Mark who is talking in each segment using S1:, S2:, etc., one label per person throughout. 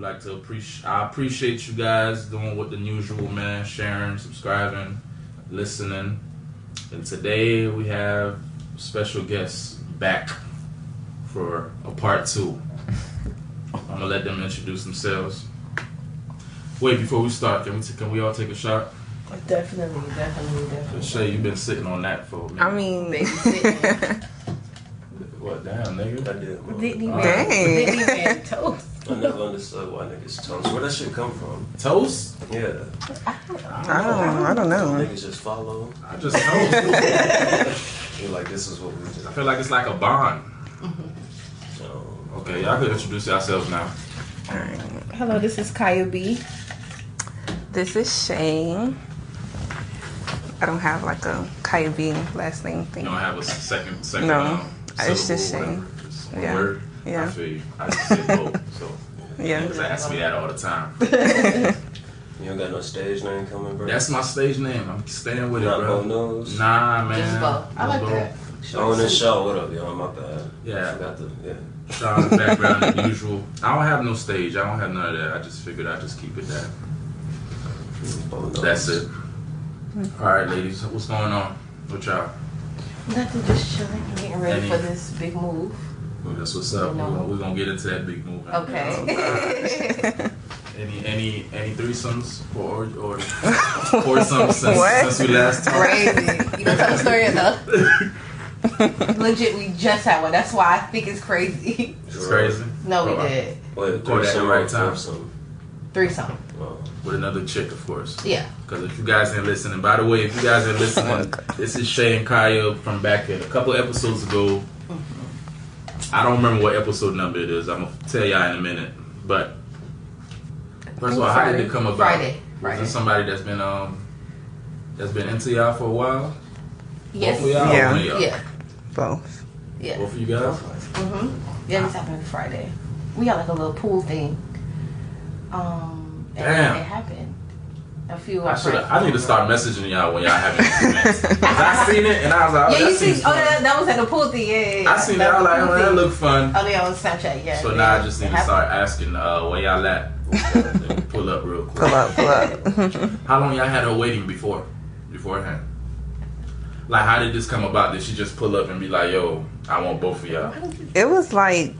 S1: like to appreciate. I appreciate you guys doing what the usual, man. Sharing, subscribing, listening. And today we have special guests back for a part two. I'm gonna let them introduce themselves. Wait, before we start, can we t- can we all take a shot?
S2: Definitely, definitely, definitely.
S1: Shay, you've been sitting on that for.
S3: I mean,
S2: Baby sitting.
S1: what damn nigga?
S4: I did. man.
S2: Didn't even,
S1: Dang.
S2: didn't even toast.
S4: I never understood why niggas toast. Where that shit come from?
S1: Toast?
S4: Yeah.
S3: I don't, I don't
S1: Uh-huh.
S3: know.
S4: Niggas just follow.
S1: I just toast.
S4: You're like, this is what we do.
S1: I feel like it's like a bond.
S4: So,
S1: Okay, y'all could introduce yourselves now.
S2: Hello, this is Kaya B.
S3: This is Shane. I don't have like a Kaya B last name
S1: You
S3: thing.
S1: don't have a s- second second.
S3: No.
S1: um,
S3: It's just
S1: syllable,
S3: Shane.
S1: whatever. Just one
S3: Yeah.
S1: word. I
S3: Yeah.
S1: feel you. I just say both. So
S3: Yeah.
S1: because I ask me that all the time.
S4: you don't got no stage name coming, bro?
S1: That's my stage name. I'm staying with it,
S4: Not
S1: bro.
S4: Bo Nose?
S1: Nah, man.
S2: Just Bo. I like that.
S4: Sean and Shaw, what up, y'all? My bad.
S1: Yeah.
S4: I forgot the, yeah.
S1: Shout out the background as usual. I don't have no stage. I don't have none of that. I just figured I'd just keep it that.
S4: Bo Nose.
S1: That's it. All right, ladies. What's going on with y'all?
S2: Nothing, just chilling, getting ready for this big move.
S1: That's what's up. We're, gonna, we're gonna get into that big move.
S2: Okay.
S1: Any any any threesomes or or or some since,
S3: What?
S1: since we last talked?
S2: Crazy. You don't tell the story enough. Legit, we just had one. That's why I think it's crazy.
S1: It's crazy.
S2: No,
S1: Bro,
S2: we
S1: I-
S2: did.
S4: Wait,
S1: Go that
S4: threesome
S1: right
S4: or
S1: time.
S4: foursome?
S2: Threesome.
S4: Oh,
S1: With another chick, of course.
S2: Yeah.
S1: Because if you guys ain't listening, by the way, if you guys ain't
S2: Oh,
S1: listening, this is Shay and Kaya from back at a couple episodes ago. I don't remember what episode number it is. I'm gonna tell y'all in a minute. But first of all, how did it come about?
S2: Friday.
S1: Is
S2: Friday.
S1: this somebody that's been um that's been into y'all for a while?
S2: Yes.
S1: Both of y'all? or
S3: Yeah.
S1: one of y'all?
S2: Yeah.
S3: Both.
S2: Yeah.
S1: Both of you guys?
S2: Mm-hmm. Yeah, this happened every Friday. We got like a little pool thing. Um, and
S1: Damn.
S2: it happened. A few. of
S1: I
S2: our
S1: should.
S2: friends-
S1: I need to start messaging y'all when y'all having comments. Cause I seen it and I was like, oh,
S2: Yeah,
S1: that
S2: you see.
S1: seems
S2: Oh,
S1: fun.
S2: that, that was at the pool thing. Yeah, yeah, yeah.
S1: I seen that. I was
S2: was
S1: like, oh,
S2: the pool
S1: that
S2: thing.
S1: look fun.
S2: Oh, yeah, on Snapchat. Yeah.
S1: So
S2: yeah.
S1: now I just need
S2: It
S1: to
S2: happened.
S1: start asking uh, where y'all at. Then pull up real
S3: Pull
S1: quick.
S3: up, pull up.
S1: How long y'all had her waiting before, beforehand? Like, how did this come about? Did she just pull up and be like, "Yo, I want both of y'all"?
S3: It was like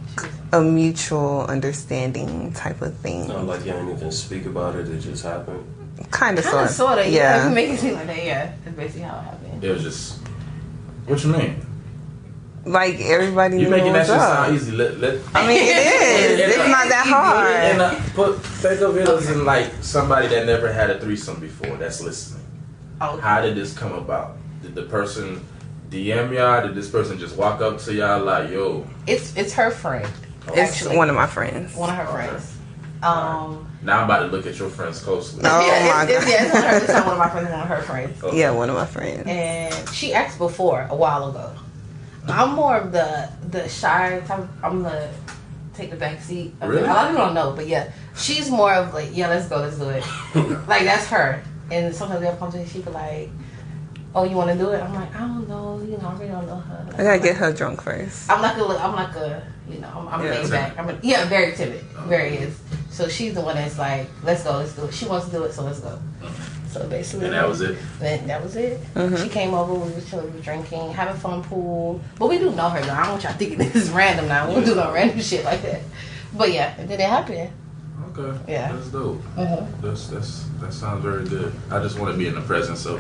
S3: a mutual understanding type of thing.
S4: not like y'all didn't even speak about it. It just happened.
S3: Kind of,
S2: Kind of, sort of. Yeah.
S3: Yeah.
S2: Make it seem like that. Yeah. That's basically how it happened.
S1: It was just. What you mean?
S3: Like everybody
S1: You
S3: knew
S1: making that
S3: what
S1: shit
S3: was up.
S1: sound easy? Let let.
S3: I mean, it is.
S1: Yeah.
S3: It's not that
S1: And
S3: hard.
S1: uh, put think of it as in like somebody that never had a threesome before that's listening.
S2: Oh,
S1: How did this come about? Did the person DM y'all? Did this person just walk up to y'all like, "Yo"?
S2: it's it's her friend.
S3: It's
S2: actually.
S3: one of my friends.
S2: One of her
S1: Okay.
S2: friends. Um.
S1: Now I'm about to look at your friends closely.
S3: No. Oh,
S2: yeah,
S3: my
S2: it's, it's,
S3: God.
S2: yeah, it's, not her, it's not one of my friends. One of her friends.
S1: Okay.
S3: Yeah, one of my friends.
S2: and she asked before a while ago. I'm more of the the shy type. of- I'm the take the back seat. of it.
S1: Really?
S2: A lot of people don't know, but yeah, she's more of like, yeah, let's go, let's do it. like that's her. And sometimes we have conversations. She be like, "Oh, you want to do it?" I'm like, "I don't know. You know, I really don't know her."
S3: I gotta get her drunk first.
S2: I'm like a li- I'm like a you know I'm, I'm
S3: Yeah,
S2: laid
S1: timid.
S2: back. I'm a, yeah, very timid.
S1: Oh.
S2: Very is. So she's the one that's like, "Let's go, let's do it." She wants to do it, so let's go. So basically,
S1: And that was it.
S2: then that was it.
S1: Mm-hmm.
S2: She came over, we were chilling, we were drinking, having fun pool. But we do know her though. I don't want y'all thinking this is random now. We don't do no random shit like that. But yeah, and then it happened.
S1: Okay.
S2: Yeah.
S1: That's dope. That's that's that sounds very good. I just want to be in the presence of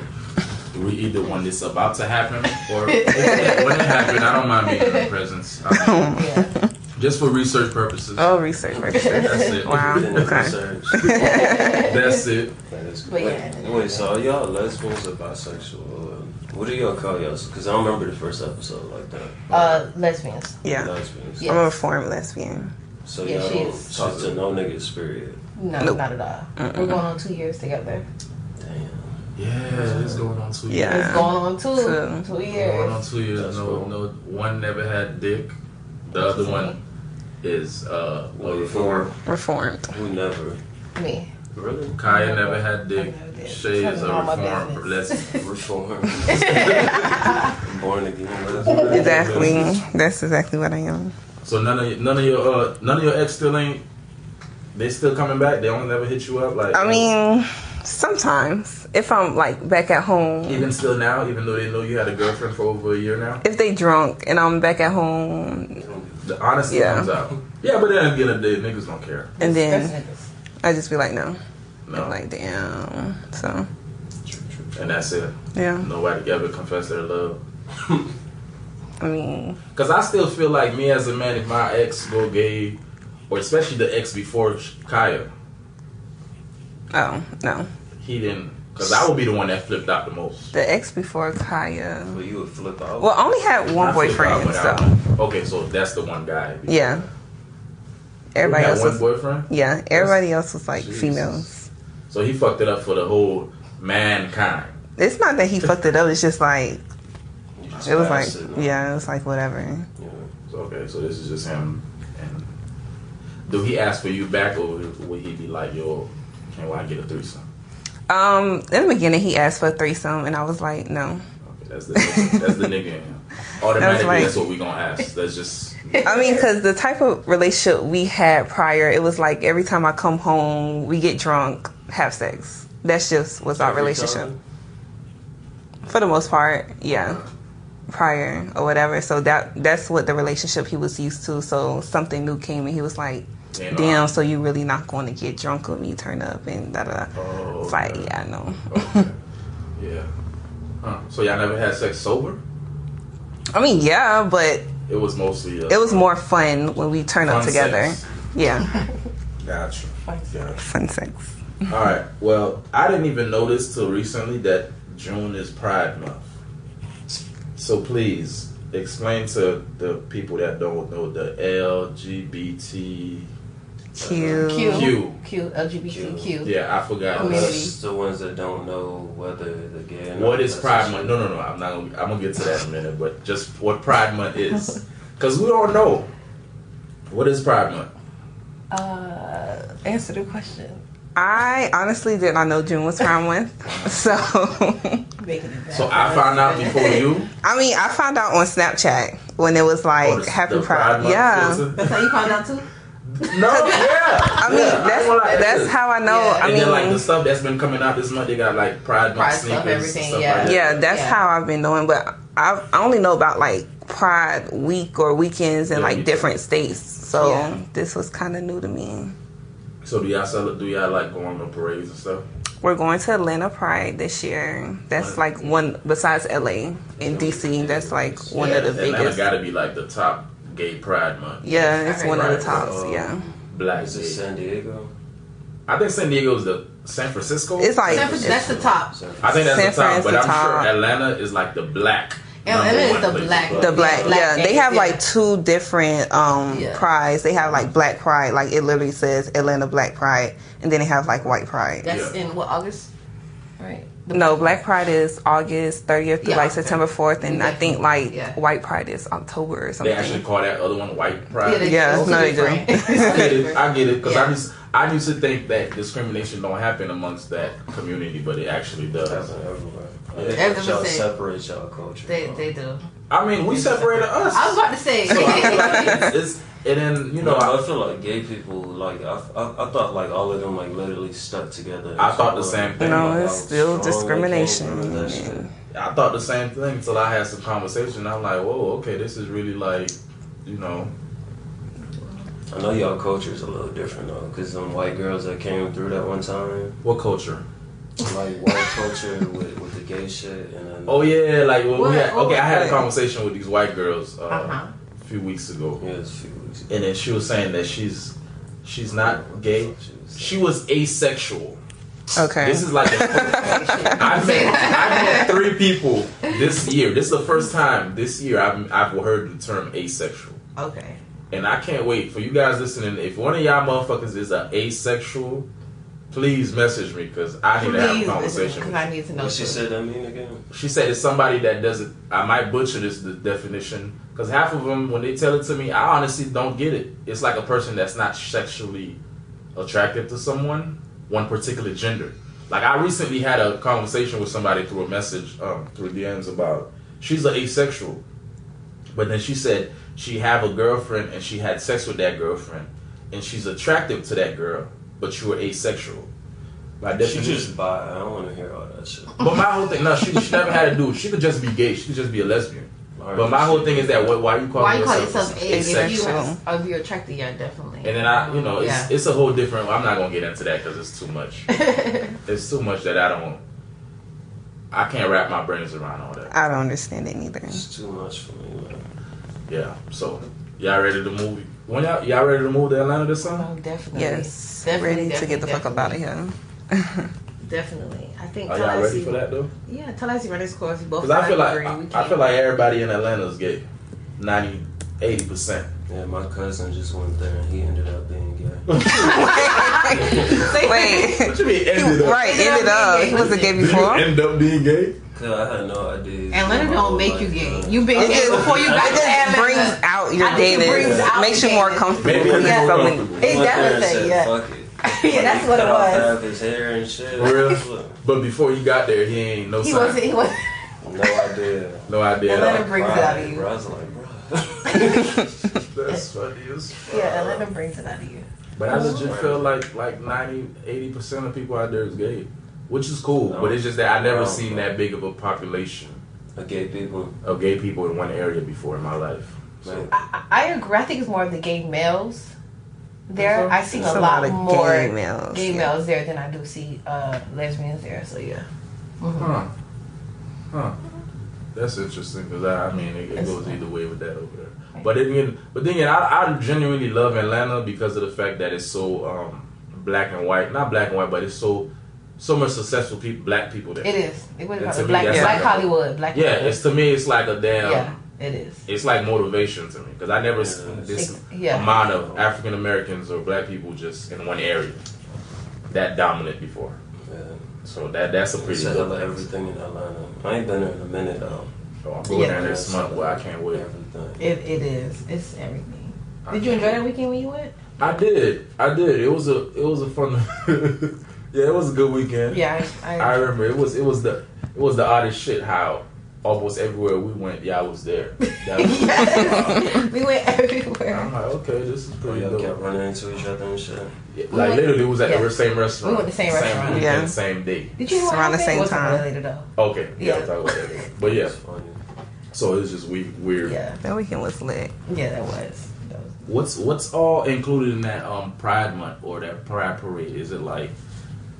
S1: we either when it's about to happen or if it- when it happened. I don't mind being in the presence. I mean,
S2: Yeah.
S1: just for research purposes.
S3: Oh, research first.
S1: That's it.
S3: Wow.
S4: Didn't even
S3: Okay.
S4: search.
S1: That's it.
S4: That is
S2: But
S4: but
S2: yeah.
S4: Wait, wait, so are y'all lesbians or bisexual? Or what do y'all call y'all? Because I don't remember the first episode like that.
S2: Uh, lesbians.
S3: Yeah.
S4: Lesbians.
S2: Yeah.
S3: I'm a reformed lesbian.
S4: So
S2: Yeah,
S4: y'all
S2: she
S4: don't
S2: is.
S4: talk to no niggas, period.
S2: No,
S3: Nope.
S2: not at all.
S1: Uh-uh.
S2: We're going on two years together.
S4: Damn.
S1: Yeah, it's going on two
S3: Yeah.
S1: years.
S2: It's going on two
S3: Two.
S2: two
S1: Going
S2: years.
S1: on two years.
S4: That's
S1: No,
S4: cool.
S1: no. One never had dick. The other one is uh a
S4: Well,
S1: reform.
S3: Reformed.
S4: Who never?
S2: Me.
S4: Really?
S1: Kaya never had dick.
S2: I never did.
S1: Shay is a
S2: None of my
S1: reformed
S2: business.
S1: lesbian.
S4: Reform. Born again. lesbian.
S3: Exactly. That's exactly what I am.
S1: So none of none of your uh, none of your ex still ain't They still coming back. They only never hit you up. Like
S3: I mean, sometimes if I'm like back at home,
S1: even still now, even though they know you had a girlfriend for over a year now,
S3: if they drunk and I'm back at home,
S1: the honesty
S3: Yeah.
S1: comes out. Yeah, but then at the end of the day, niggas don't care.
S3: and then
S2: That's niggas.
S3: I just be like, no,
S1: No,
S3: like damn. So
S1: and that's it.
S3: yeah,
S1: Nobody ever confess their love.
S3: I mean,
S1: Cause I still feel like me as a man, if my ex go gay, or especially the ex before Kaya,
S3: oh no,
S1: he didn't. Cause I would be the one that flipped out the most.
S3: the ex before Kaya.
S4: Well, you would flip out.
S3: Well, I only had
S1: I
S3: one
S1: flipped out
S3: boyfriend,
S1: when I-
S3: so
S1: okay, so that's the one guy.
S3: yeah.
S1: You
S3: Everybody
S1: had
S3: else
S1: one
S3: was
S1: boyfriend.
S3: yeah. Everybody else was like
S1: Jesus.
S3: females.
S1: So he fucked it up for the whole mankind.
S3: It's not that he fucked it up. It's just like
S4: You just
S3: it was like
S4: pass it.
S3: yeah. It was like whatever.
S4: You know,
S1: So, okay, so this is just him. And do he ask for you back, or would he be like, "Yo, can I get a threesome?"
S3: Um, in the beginning, he asked for a threesome, and I was like, no.
S1: Okay, that's the that's the nigga. in him. Automatically,
S3: like-
S1: that's what we gonna ask. That's just
S3: I mean, because the type of relationship we had prior, it was like every time I come home, we get drunk, have sex. That's just was our
S4: every
S3: relationship
S4: time.
S3: for the most part. Yeah, prior or whatever. So that that's what the relationship he was used to. So something new came, and he was like,
S1: you know,
S3: "Damn, so you really not going to get drunk with me? Turn up and da da." da.
S1: Oh,
S3: It's like,
S1: okay.
S3: yeah, I know.
S1: Okay. yeah. Huh. So y'all never had sex sober?
S3: I mean, yeah, but
S1: It was mostly uh,
S3: it was more fun when we turn up
S1: fun
S3: together.
S1: sex.
S3: Yeah,
S1: Gotcha. Gotcha.
S3: fun sex.
S1: All right. Well, I didn't even notice till recently that June is Pride Month. So please explain to the people that don't know the LGBTQ.
S3: Q.
S1: Q.
S2: Q, LGBTQ.
S1: Yeah, I forgot.
S2: Community.
S4: Us, the ones that don't know whether the gay. or
S1: What
S4: not,
S1: is
S4: that's
S1: Pride
S4: the
S1: Month?
S4: shit.
S1: No, no, no. I'm not. Gonna, I'm gonna get to that in a minute. But just what Pride Month is, because we don't know. What is Pride Month?
S2: Uh, answer the question.
S3: I honestly did not know June was Prime Month. So, I
S2: Making it bad
S1: So
S2: for
S1: I
S2: us.
S1: found out before you.
S3: mean, I found out on Snapchat when it was like
S1: Oh, the-
S3: Happy
S1: the
S3: Pride.
S1: Month
S3: yeah.
S1: filter.
S2: That's how you found out too.
S1: No, yeah.
S3: I mean, that's, that's how I know.
S2: Yeah.
S3: I
S1: and
S3: mean,
S1: then like the stuff that's been coming out this month, they got like Pride
S2: Pride
S1: Month
S2: stuff,
S1: sneakers, and
S2: everything,
S1: stuff
S2: yeah.
S1: Like that.
S3: yeah, that's
S2: Yeah.
S3: how I've been knowing. But I, I only know about like Pride week or weekends in
S1: Yeah,
S3: like
S1: weekend.
S3: different states. So,
S2: Yeah.
S3: this was kind of new to me.
S1: So do y'all sell, do y'all like go on the parades and stuff?
S3: We're going to Atlanta Pride this year. That's like one, besides LA and DC, that's like one of the
S1: Atlanta
S3: biggest.
S1: gotta be like the top gay Pride Month.
S3: Yeah, it's one of the
S1: Right. Uh,
S3: tops.
S4: Um,
S3: Yeah.
S1: Black
S4: Is it
S1: gay.
S4: San Diego?
S1: I think San Diego's the San Francisco.
S3: It's like-
S2: San Francisco- that's the top.
S4: San
S1: I think that's
S3: San
S1: the top,
S3: Fran's
S1: but
S3: the
S1: I'm
S3: top.
S1: sure Atlanta is like the black.
S2: Atlanta
S1: number
S2: is
S1: one
S2: the
S1: place.
S2: black-
S1: But-
S3: the black,
S2: Black
S3: yeah, they
S2: Days,
S3: have
S2: yeah.
S3: like two different um
S2: Yeah.
S3: prides they have like black pride like it literally says atlanta black pride and then they have like white pride
S2: That's in what August, right? The-
S3: no black pride is august 30th through
S2: Yeah,
S3: like
S2: okay.
S3: september 4th and i think like
S2: Yeah.
S3: white pride is october or
S1: They
S3: something
S1: actually call that other one white Pride.
S2: Yeah, they
S3: Yeah,
S2: it's
S3: no, they
S2: different.
S3: don't.
S1: I get it. I get it. Because I
S2: Yeah.
S1: just I used to think that discrimination don't happen amongst that community, but it actually does.
S4: Doesn't everywhere.
S1: Yeah.
S4: Yeah.
S2: Everyone
S4: Y'all
S2: say-
S4: separate y'all culture.
S2: They,
S4: bro.
S2: they do.
S1: I mean, we separated us.
S2: I was about to say.
S1: so I feel like it's, it's and then you know
S4: I
S1: I,
S4: feel like gay people like I, I, I thought like all of them like literally stuck together.
S1: I thought the same thing.
S3: No,
S4: Like,
S3: it's
S4: how
S3: still
S4: strong they came
S3: discrimination.
S4: from and that shit.
S1: I thought the same thing until I had some conversation. I'm like, whoa, okay, this is really like, you know,
S4: I know y'all culture is a little different though, because them white girls that came through that one time,
S1: what culture?
S4: like white culture with, with the gay shit, and then
S1: Oh yeah, like well,
S2: What?
S1: we had, okay, I had a
S3: Okay.
S1: conversation with these white girls uh,
S2: Uh-huh.
S1: a few weeks ago,
S4: yeah, it's a few weeks. ago.
S1: and then she was saying that she's she's not gay. She was asexual.
S3: okay
S1: This is like the, I met I met three people this year. This is the first time this year I've I've heard the term asexual.
S2: okay.
S1: And I can't wait for you guys listening. If one of y'all motherfuckers is a asexual, please message me because I need to have a
S2: Please,
S1: conversation.
S2: because
S1: With
S2: I need to know.
S4: What she
S2: too.
S4: said that mean again?
S1: you. She said it's somebody that doesn't. I might butcher this the definition because half of them, when they tell it to me, I honestly don't get it. It's like a person that's not sexually attracted to someone, one particular gender. Like I recently had a conversation with somebody through a message, um, through DMs about she's an asexual, but then she said she have a girlfriend and she had sex with that girlfriend, and she's attractive to that girl, but you were asexual. By
S4: She
S1: definition.
S4: just bi. I don't want to hear all that shit.
S1: but my whole thing, no, she, she never had a dude. She could just be gay. She could just be a lesbian. But my whole thing is that what, why you calling
S2: Why you call
S1: yourself
S2: yourself a? If you
S3: Asexual.
S2: are- if you're attracted, yeah, definitely.
S1: And then I, you know, it's,
S2: yeah.
S1: it's a whole different. I'm not gonna get into that because it's too much. it's too much that I don't. I can't wrap my brains around all that.
S3: I don't understand it neither.
S4: It's too much for me, man.
S1: Yeah. So y'all ready to move? When y'all, y'all ready to move to Atlanta this summer?
S2: oh, definitely.
S3: Yes,
S2: Definitely,
S3: ready to get the
S2: definitely,
S3: fuck up out of here.
S2: Definitely. I think
S1: Are y'all ready
S2: Tallahassee.
S1: for that though?
S2: Yeah, Tallahassee running school. If you both
S1: Because I feel like
S2: agree, we
S1: I, I
S2: can't-
S1: feel like everybody in Atlanta is gay. 90, 80 percent.
S4: Yeah, my cousin just went there and he ended up being gay.
S3: Wait,
S1: What you mean ended up?
S3: right? Ended up. He was a gay
S1: Did you
S3: before.
S1: end up being gay?
S4: Cause I had no idea.
S2: Atlanta don't
S4: My whole
S2: make
S4: life,
S2: you gay.
S4: man.
S2: You've been
S3: It
S2: gay
S3: just-
S2: before you got
S3: It
S2: to
S3: just
S2: Atlanta.
S3: brings out your
S2: I think it
S3: dating.
S2: brings out
S3: Makes you
S2: your
S3: more
S2: dating.
S3: comfortable.
S1: Maybe
S3: because
S2: Yeah.
S3: there's so many-
S2: It
S4: He went there and
S2: definitely,
S4: said,
S2: yeah.
S4: Fuck it.
S2: yeah,
S4: Like,
S2: that's
S4: he
S2: what it
S4: cut off
S2: was.
S4: half his hair and shit.
S1: For
S4: That's
S1: real?
S4: what-
S1: But before you got there, he ain't no
S2: He
S1: sign.
S2: wasn't. He was.
S4: No idea.
S1: No idea. At
S2: Atlanta
S1: all.
S2: brings it out of
S4: Right,
S2: you.
S4: bro. I was like, bro.
S1: That's funny as fuck.
S2: Yeah, Atlanta brings it out of you.
S1: But I legit feel like like 90, 80 percent of people out there is gay, which is cool.
S4: No.
S1: But it's just that I never
S4: No.
S1: seen that big of a population
S4: But gay people,
S1: of gay people in one area before in my life. So
S4: man.
S2: I, I I agree. I think it's more of the gay males. There,
S1: Think so?
S2: I see a
S3: There's
S2: lot, more
S3: gay
S2: gay,
S3: males. yeah.
S2: males there than I do see uh, lesbians there. So yeah, Mm-hmm.
S1: huh, huh. That's interesting because I, I mean it, it goes either way with that over there. But then again, but then again, I, I genuinely love Atlanta because of the fact that it's so um, black and white. Not black and white, but it's so so much successful people, black people there.
S2: it is. It would
S1: And
S2: black
S1: to me,
S2: black
S1: that's like a-
S2: Hollywood. Black
S1: Yeah,
S2: Hollywood.
S1: it's to me, it's like a damn.
S2: yeah, it is.
S1: It's like motivation to me because I never s
S4: Yeah.
S1: this
S2: Ex- yeah.
S1: amount of African Americans or black people just in one area that dominant before.
S4: Yeah.
S1: So that that's a pretty
S4: It's a
S1: good
S4: hell of
S1: thing.
S4: everything in Atlanta. I ain't been there in a minute though.
S1: So I'm going
S2: Yeah.
S1: down there this month. Well, I can't wait.
S4: Everything.
S2: It it is. It's everything.
S1: I
S2: Did you
S1: can't
S2: enjoy
S1: wait.
S2: that weekend when you went?
S1: I did. I did. It was a it was a fun. yeah, it was a good weekend.
S2: Yeah, I,
S1: I
S2: I,
S1: remember it was it was the it was the oddest shit how almost everywhere we went, yeah, I was there. That was-
S2: Yes. we went everywhere.
S1: I'm like, okay, this is
S4: Oh,
S1: pretty
S4: y'all
S1: dope.
S4: kept running into each other and shit.
S1: Yeah, like literally, it was at
S2: Yeah.
S1: the same restaurant.
S2: We went to the same restaurant.
S1: Same
S3: Yeah.
S1: weekend, same day.
S2: Did you hear what
S3: Around the
S2: happened?
S3: same
S2: It wasn't
S3: time.
S2: Related though.
S1: Okay, yeah,
S2: Yeah.
S1: we'll talk about that later. But yeah,
S4: It's funny.
S1: so it's just weird. weird.
S2: Yeah,
S3: That weekend was lit.
S2: yeah, that was. That was
S1: What's what's all included in that um Pride Month or that Pride Parade? Is it like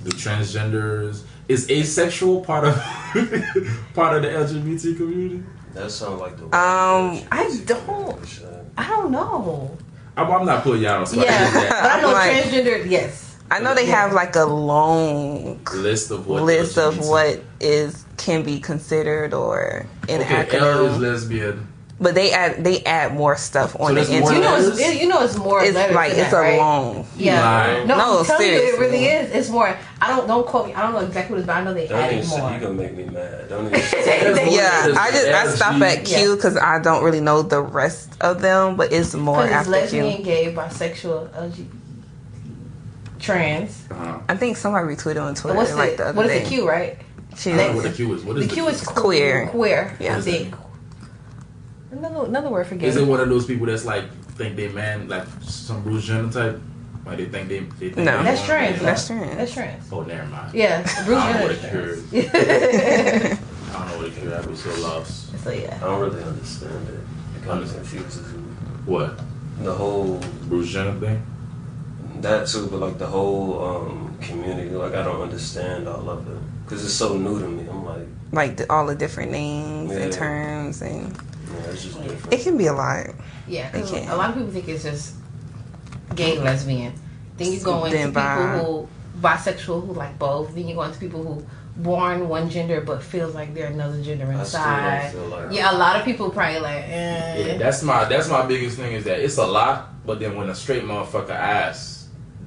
S1: the transgenders? Is asexual part of part of the LGBT community?
S4: That sounds like the.
S3: Um,
S2: I don't.
S4: Shit.
S2: I don't know.
S1: I'm, I'm not putting y'all on the spot.
S2: Yeah,
S1: Is that
S2: but I know
S3: I'm like-
S2: transgender. Yes,
S3: I know they have like a long
S1: list of what
S3: list of
S1: LGBT
S3: what is can be considered or an
S1: Okay, L is
S3: acronym,
S1: lesbian.
S3: but they add they add more stuff on
S1: there's
S3: the
S1: more
S3: end.
S2: you know, it's,
S1: letters?
S2: it, you know, it's more.
S3: it's
S2: letters
S3: like
S2: than
S3: it's
S2: that,
S3: a
S2: right?
S3: long.
S2: Yeah.
S1: Lying.
S2: No,
S3: No,
S2: I'm telling you, it
S3: seriously.
S2: really is. It's more. I don't don't quote me. I don't know exactly what it's, but I know they
S4: Don't even
S2: added
S4: say.
S2: more.
S4: You gonna make me mad. Don't even say.
S1: There's more
S3: Yeah,
S1: letters
S3: I just
S1: than
S3: I stop at
S2: Yeah.
S3: Q because I don't really know the rest of them, but it's more
S2: Because it's
S3: after Q.
S2: lesbian, gay, bisexual, LGBT, trans.
S1: Uh-huh.
S3: I think somebody retweeted on Twitter
S2: What's
S3: like
S2: the,
S3: the other
S2: what is
S3: day.
S2: the Q, right?
S3: She-
S1: I don't know what the Q is. What is
S2: The Q is
S3: Queer.
S2: Queer.
S3: Yeah.
S2: I think. Another another word for gay.
S1: Is it one of those people that's like think they man like some Bruce Jenner type? Like they think they, they think
S3: No.
S1: they
S2: That's
S1: want
S2: trans.
S1: man?
S3: That's trans.
S2: That's trans.
S1: Oh, never mind.
S2: Yeah, Bruce
S1: I don't know
S2: Jenner
S1: what
S2: is
S1: a cure.
S2: trans.
S1: is. I don't know what a cure. I'd be so lost.
S2: so yeah.
S4: I don't really understand it. It kind of confuses me.
S1: What
S4: The whole
S1: Bruce Jenner thing?
S4: that too, but like the whole um, community. Like I don't understand all of it because it's so new to me. I'm like,
S3: like the, all the different names and
S4: Yeah.
S3: terms, and
S4: man, it's just
S3: it
S4: different.
S3: can be a lot.
S2: Yeah, 'cause
S3: Okay.
S2: a lot of people think it's just gay lesbian. Then you go into
S3: Then
S2: people
S3: bi.
S2: who bisexual who like both. Then you go into people who born one gender but feels like they're another gender
S4: I still don't
S2: inside.
S4: feel like.
S2: Yeah, a lot of people probably like, eh.
S1: Yeah, that's my that's my biggest thing is that it's a lot, but then when a straight motherfucker asks,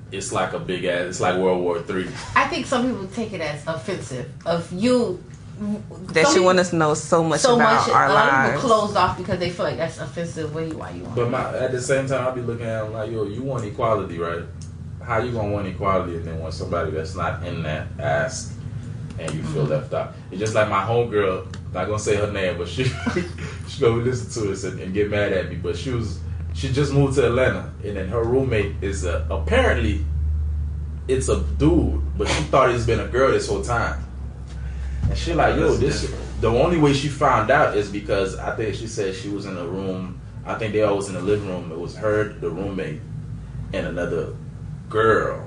S1: it's like a big ass. It's like World War Three.
S2: I think some people take it as offensive of you.
S3: That
S2: some
S3: you want
S2: people-
S3: us to know so much
S2: so
S3: about
S2: much. uh,
S3: our
S2: a lot of
S3: lives.
S2: people closed off because they feel like that's offensive. What do you, why you want?
S1: But my, at the same time, I be looking at 'em like, yo, you want equality, right? How you gonna want equality and then want somebody that's not in that ask and you feel left out? It's just like my homegirl. Not gonna say her name, but she she gonna listen to this and, and get mad at me. But she was She just moved to Atlanta, and then her roommate is a, apparently it's a dude, but she thought he's been a girl this whole time. And she like, yo,
S4: That's
S1: this.
S4: different.
S1: The only way she found out is because I think she said she was in a room. I think they all was in the living room. It was her, the roommate, and another girl.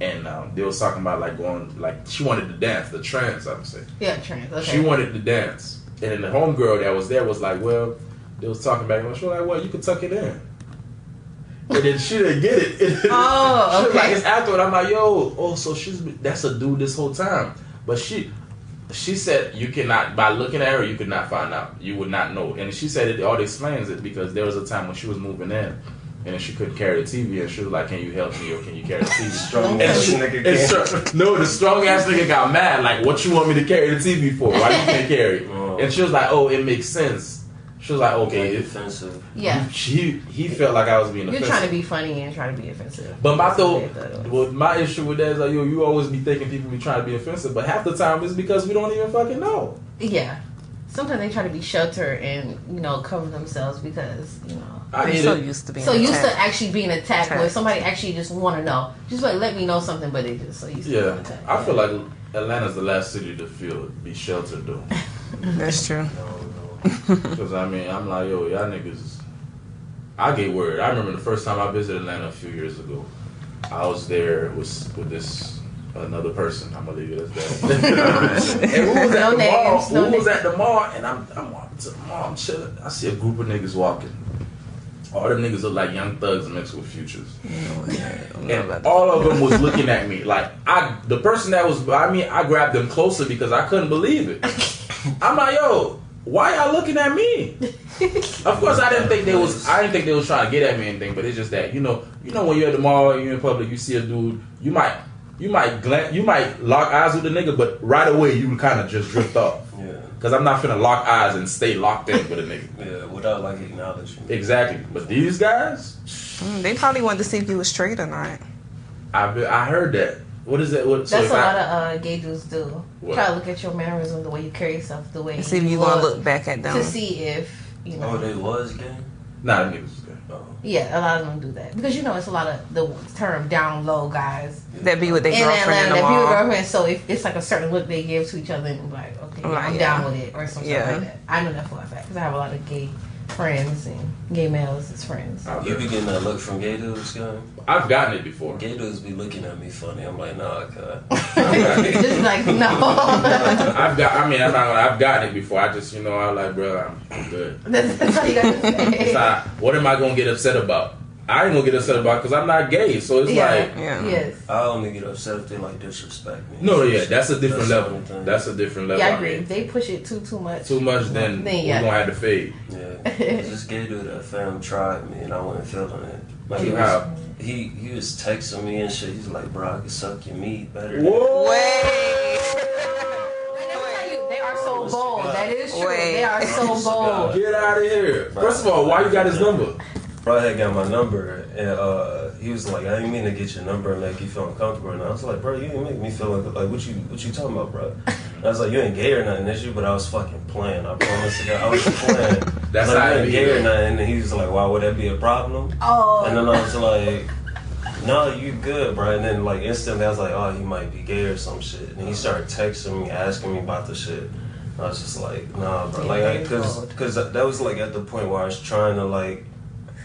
S1: And um, they was talking about like going, like she wanted to dance, the trance, I would say.
S2: Yeah, trans. Okay.
S1: She wanted to dance, and then the homegirl that was there was like, "Well, they was talking back, and she was like, well, you could tuck it in." And then she didn't get it. And then
S2: Oh,
S1: she was Like
S2: okay.
S1: it's afterward, I'm like, "Yo, oh, so she's been- that's a dude this whole time." But she, she said you cannot by looking at her, you could not find out. You would not know. And she said it all explains it because there was a time when she was moving in. And she couldn't carry the TV, and she was like, "Can you help me, or can you carry the TV?"
S4: Strong
S1: And
S4: ass
S1: she-
S4: nigga
S1: and
S4: can't-
S1: str- no, the strong ass nigga got mad. Like, what you want me to carry the TV for? Why you can't carry? it?
S4: Oh.
S1: And she was like, oh, it makes sense. She was like, okay,
S4: Like,
S1: if
S4: offensive.
S2: yeah.
S1: she he felt like I was being
S2: You're
S1: offensive.
S2: trying to be funny and trying to be offensive.
S1: but my
S2: That's what
S1: thought,
S2: they thought it was.
S1: well, my issue with that is like, yo, you always be thinking people be trying to be offensive, but half the time it's because we don't even fucking know.
S2: Yeah. Sometimes they try to be sheltered and, you know, cover themselves because, you know.
S1: I
S3: I'm
S1: hate
S3: so
S1: it.
S3: used to being
S2: so used
S3: attacked.
S2: to actually being attacked where
S3: Attacked.
S2: somebody actually just want to know. Just like, let me know something, but they just so used to being
S1: Yeah,
S2: attacked.
S1: I feel like Atlanta's the last city to feel be sheltered though,
S3: That's true.
S4: I don't know.
S1: because I mean, I'm like, yo, y'all niggas. is- I get worried. I remember the first time I visited Atlanta a few years ago. I was there with with this another person. I'm gonna leave it as that. and we was at
S2: No
S1: the mall.
S2: names, no
S1: we was
S2: names.
S1: at the mall, and I'm I'm walking to the mall. I'm chilling. I see a group of niggas walking. All them niggas look like young thugs mixed with futures. And all of them was looking at me like I, the person that was by me, I grabbed them closer because I couldn't believe it. I'm like, yo, why y'all looking at me? Of course, I didn't think they was, I didn't think they was trying to get at me or anything, but it's just that you know, you know, when you're at the mall, you're in public, you see a dude, you might, you might glance, you might lock eyes with the nigga, but right away you kind of just drift off
S4: Yeah.
S1: because I'm not finna lock eyes and stay locked in with a nigga.
S4: Yeah, without like acknowledging.
S1: Exactly, but these guys,
S3: Mm, They probably wanted to see if you was straight or not.
S1: I've been, I heard that. What is that? What, so
S2: That's
S1: if
S2: a
S1: I-
S2: lot of uh, gay dudes do.
S1: What?
S2: Try to look at your mannerism, the way you carry yourself, the way
S3: See if you gonna
S2: look,
S3: look back at them.
S2: to see if you know.
S4: Oh, they was gay?
S1: Nah, them niggas was good.
S4: Oh.
S2: yeah, a lot of them do that because you know it's a lot of the term down low guys
S3: That be with their
S2: in
S3: girlfriend in
S2: Atlanta.
S3: the
S2: If you
S3: mall.
S2: girlfriend, so if it's like a certain look they give to each other, and be like, okay,
S3: Right,
S2: I'm
S3: yeah.
S2: down with it or something
S3: Yeah.
S2: like that. I know that for a fact because I have a lot of gay friends and gay males as friends.
S1: I've
S4: You
S1: been-
S4: be getting that look from gay dudes, guy?
S1: I've gotten it before.
S4: Gay dudes be looking at me funny. I'm like, nah, God.
S2: Just like no,
S1: I've got. I mean, I'm not. Gonna, I've gotten it before. I just, you know, I'm like, bro, I'm, I'm good.
S2: that's, that's all you gotta
S1: It's
S2: say.
S1: not, what am I gonna get upset about? I ain't gonna get upset about because I'm not gay. So it's
S2: Yeah.
S1: like,
S3: Yeah.
S2: Yes.
S4: I only get upset if they like disrespect me.
S1: no, yeah, that's a different
S4: That's
S1: level.
S4: something.
S1: That's a different level.
S2: Yeah, I
S1: I
S2: agree.
S1: mean,
S2: If they push it too too much.
S1: too much, then
S2: Then,
S1: we're
S2: yeah.
S1: gonna have to fade.
S4: Yeah. 'Cause this gay dude at fam tried me and I wasn't feeling it. Like, he was,
S1: How?
S4: he, he was texting me and shit. He's like, bro, I can suck your meat better. than-"
S1: Whoa!
S2: And that's how you- They are so
S4: Honest to
S2: bold.
S4: God.
S2: That is true.
S3: Wait.
S2: They are so
S4: Honest to
S2: bold.
S4: God.
S1: Get out of here! First of all, why you got his number?
S4: Bro, I had got my number and uh, he was like, I didn't mean to get your number and make you feel uncomfortable. And I was like, bro, you didn't make me feel like, like what you what you talking about, bro? And I was like, you ain't gay or nothing, is you? But I was fucking playing. I promise to God, I was playing.
S1: That's
S4: like,
S1: how
S4: you
S1: it
S4: ain't
S1: be.
S4: gay or nothing. And he was like, why would that be a problem?
S2: Oh.
S4: And then I was like, no, you good, bro. And then like instantly, I was like, oh, he might be gay or some shit. And he started texting me, asking me about the shit. And I was just like, nah, bro. Like, because because that that was like at the point where I was trying to like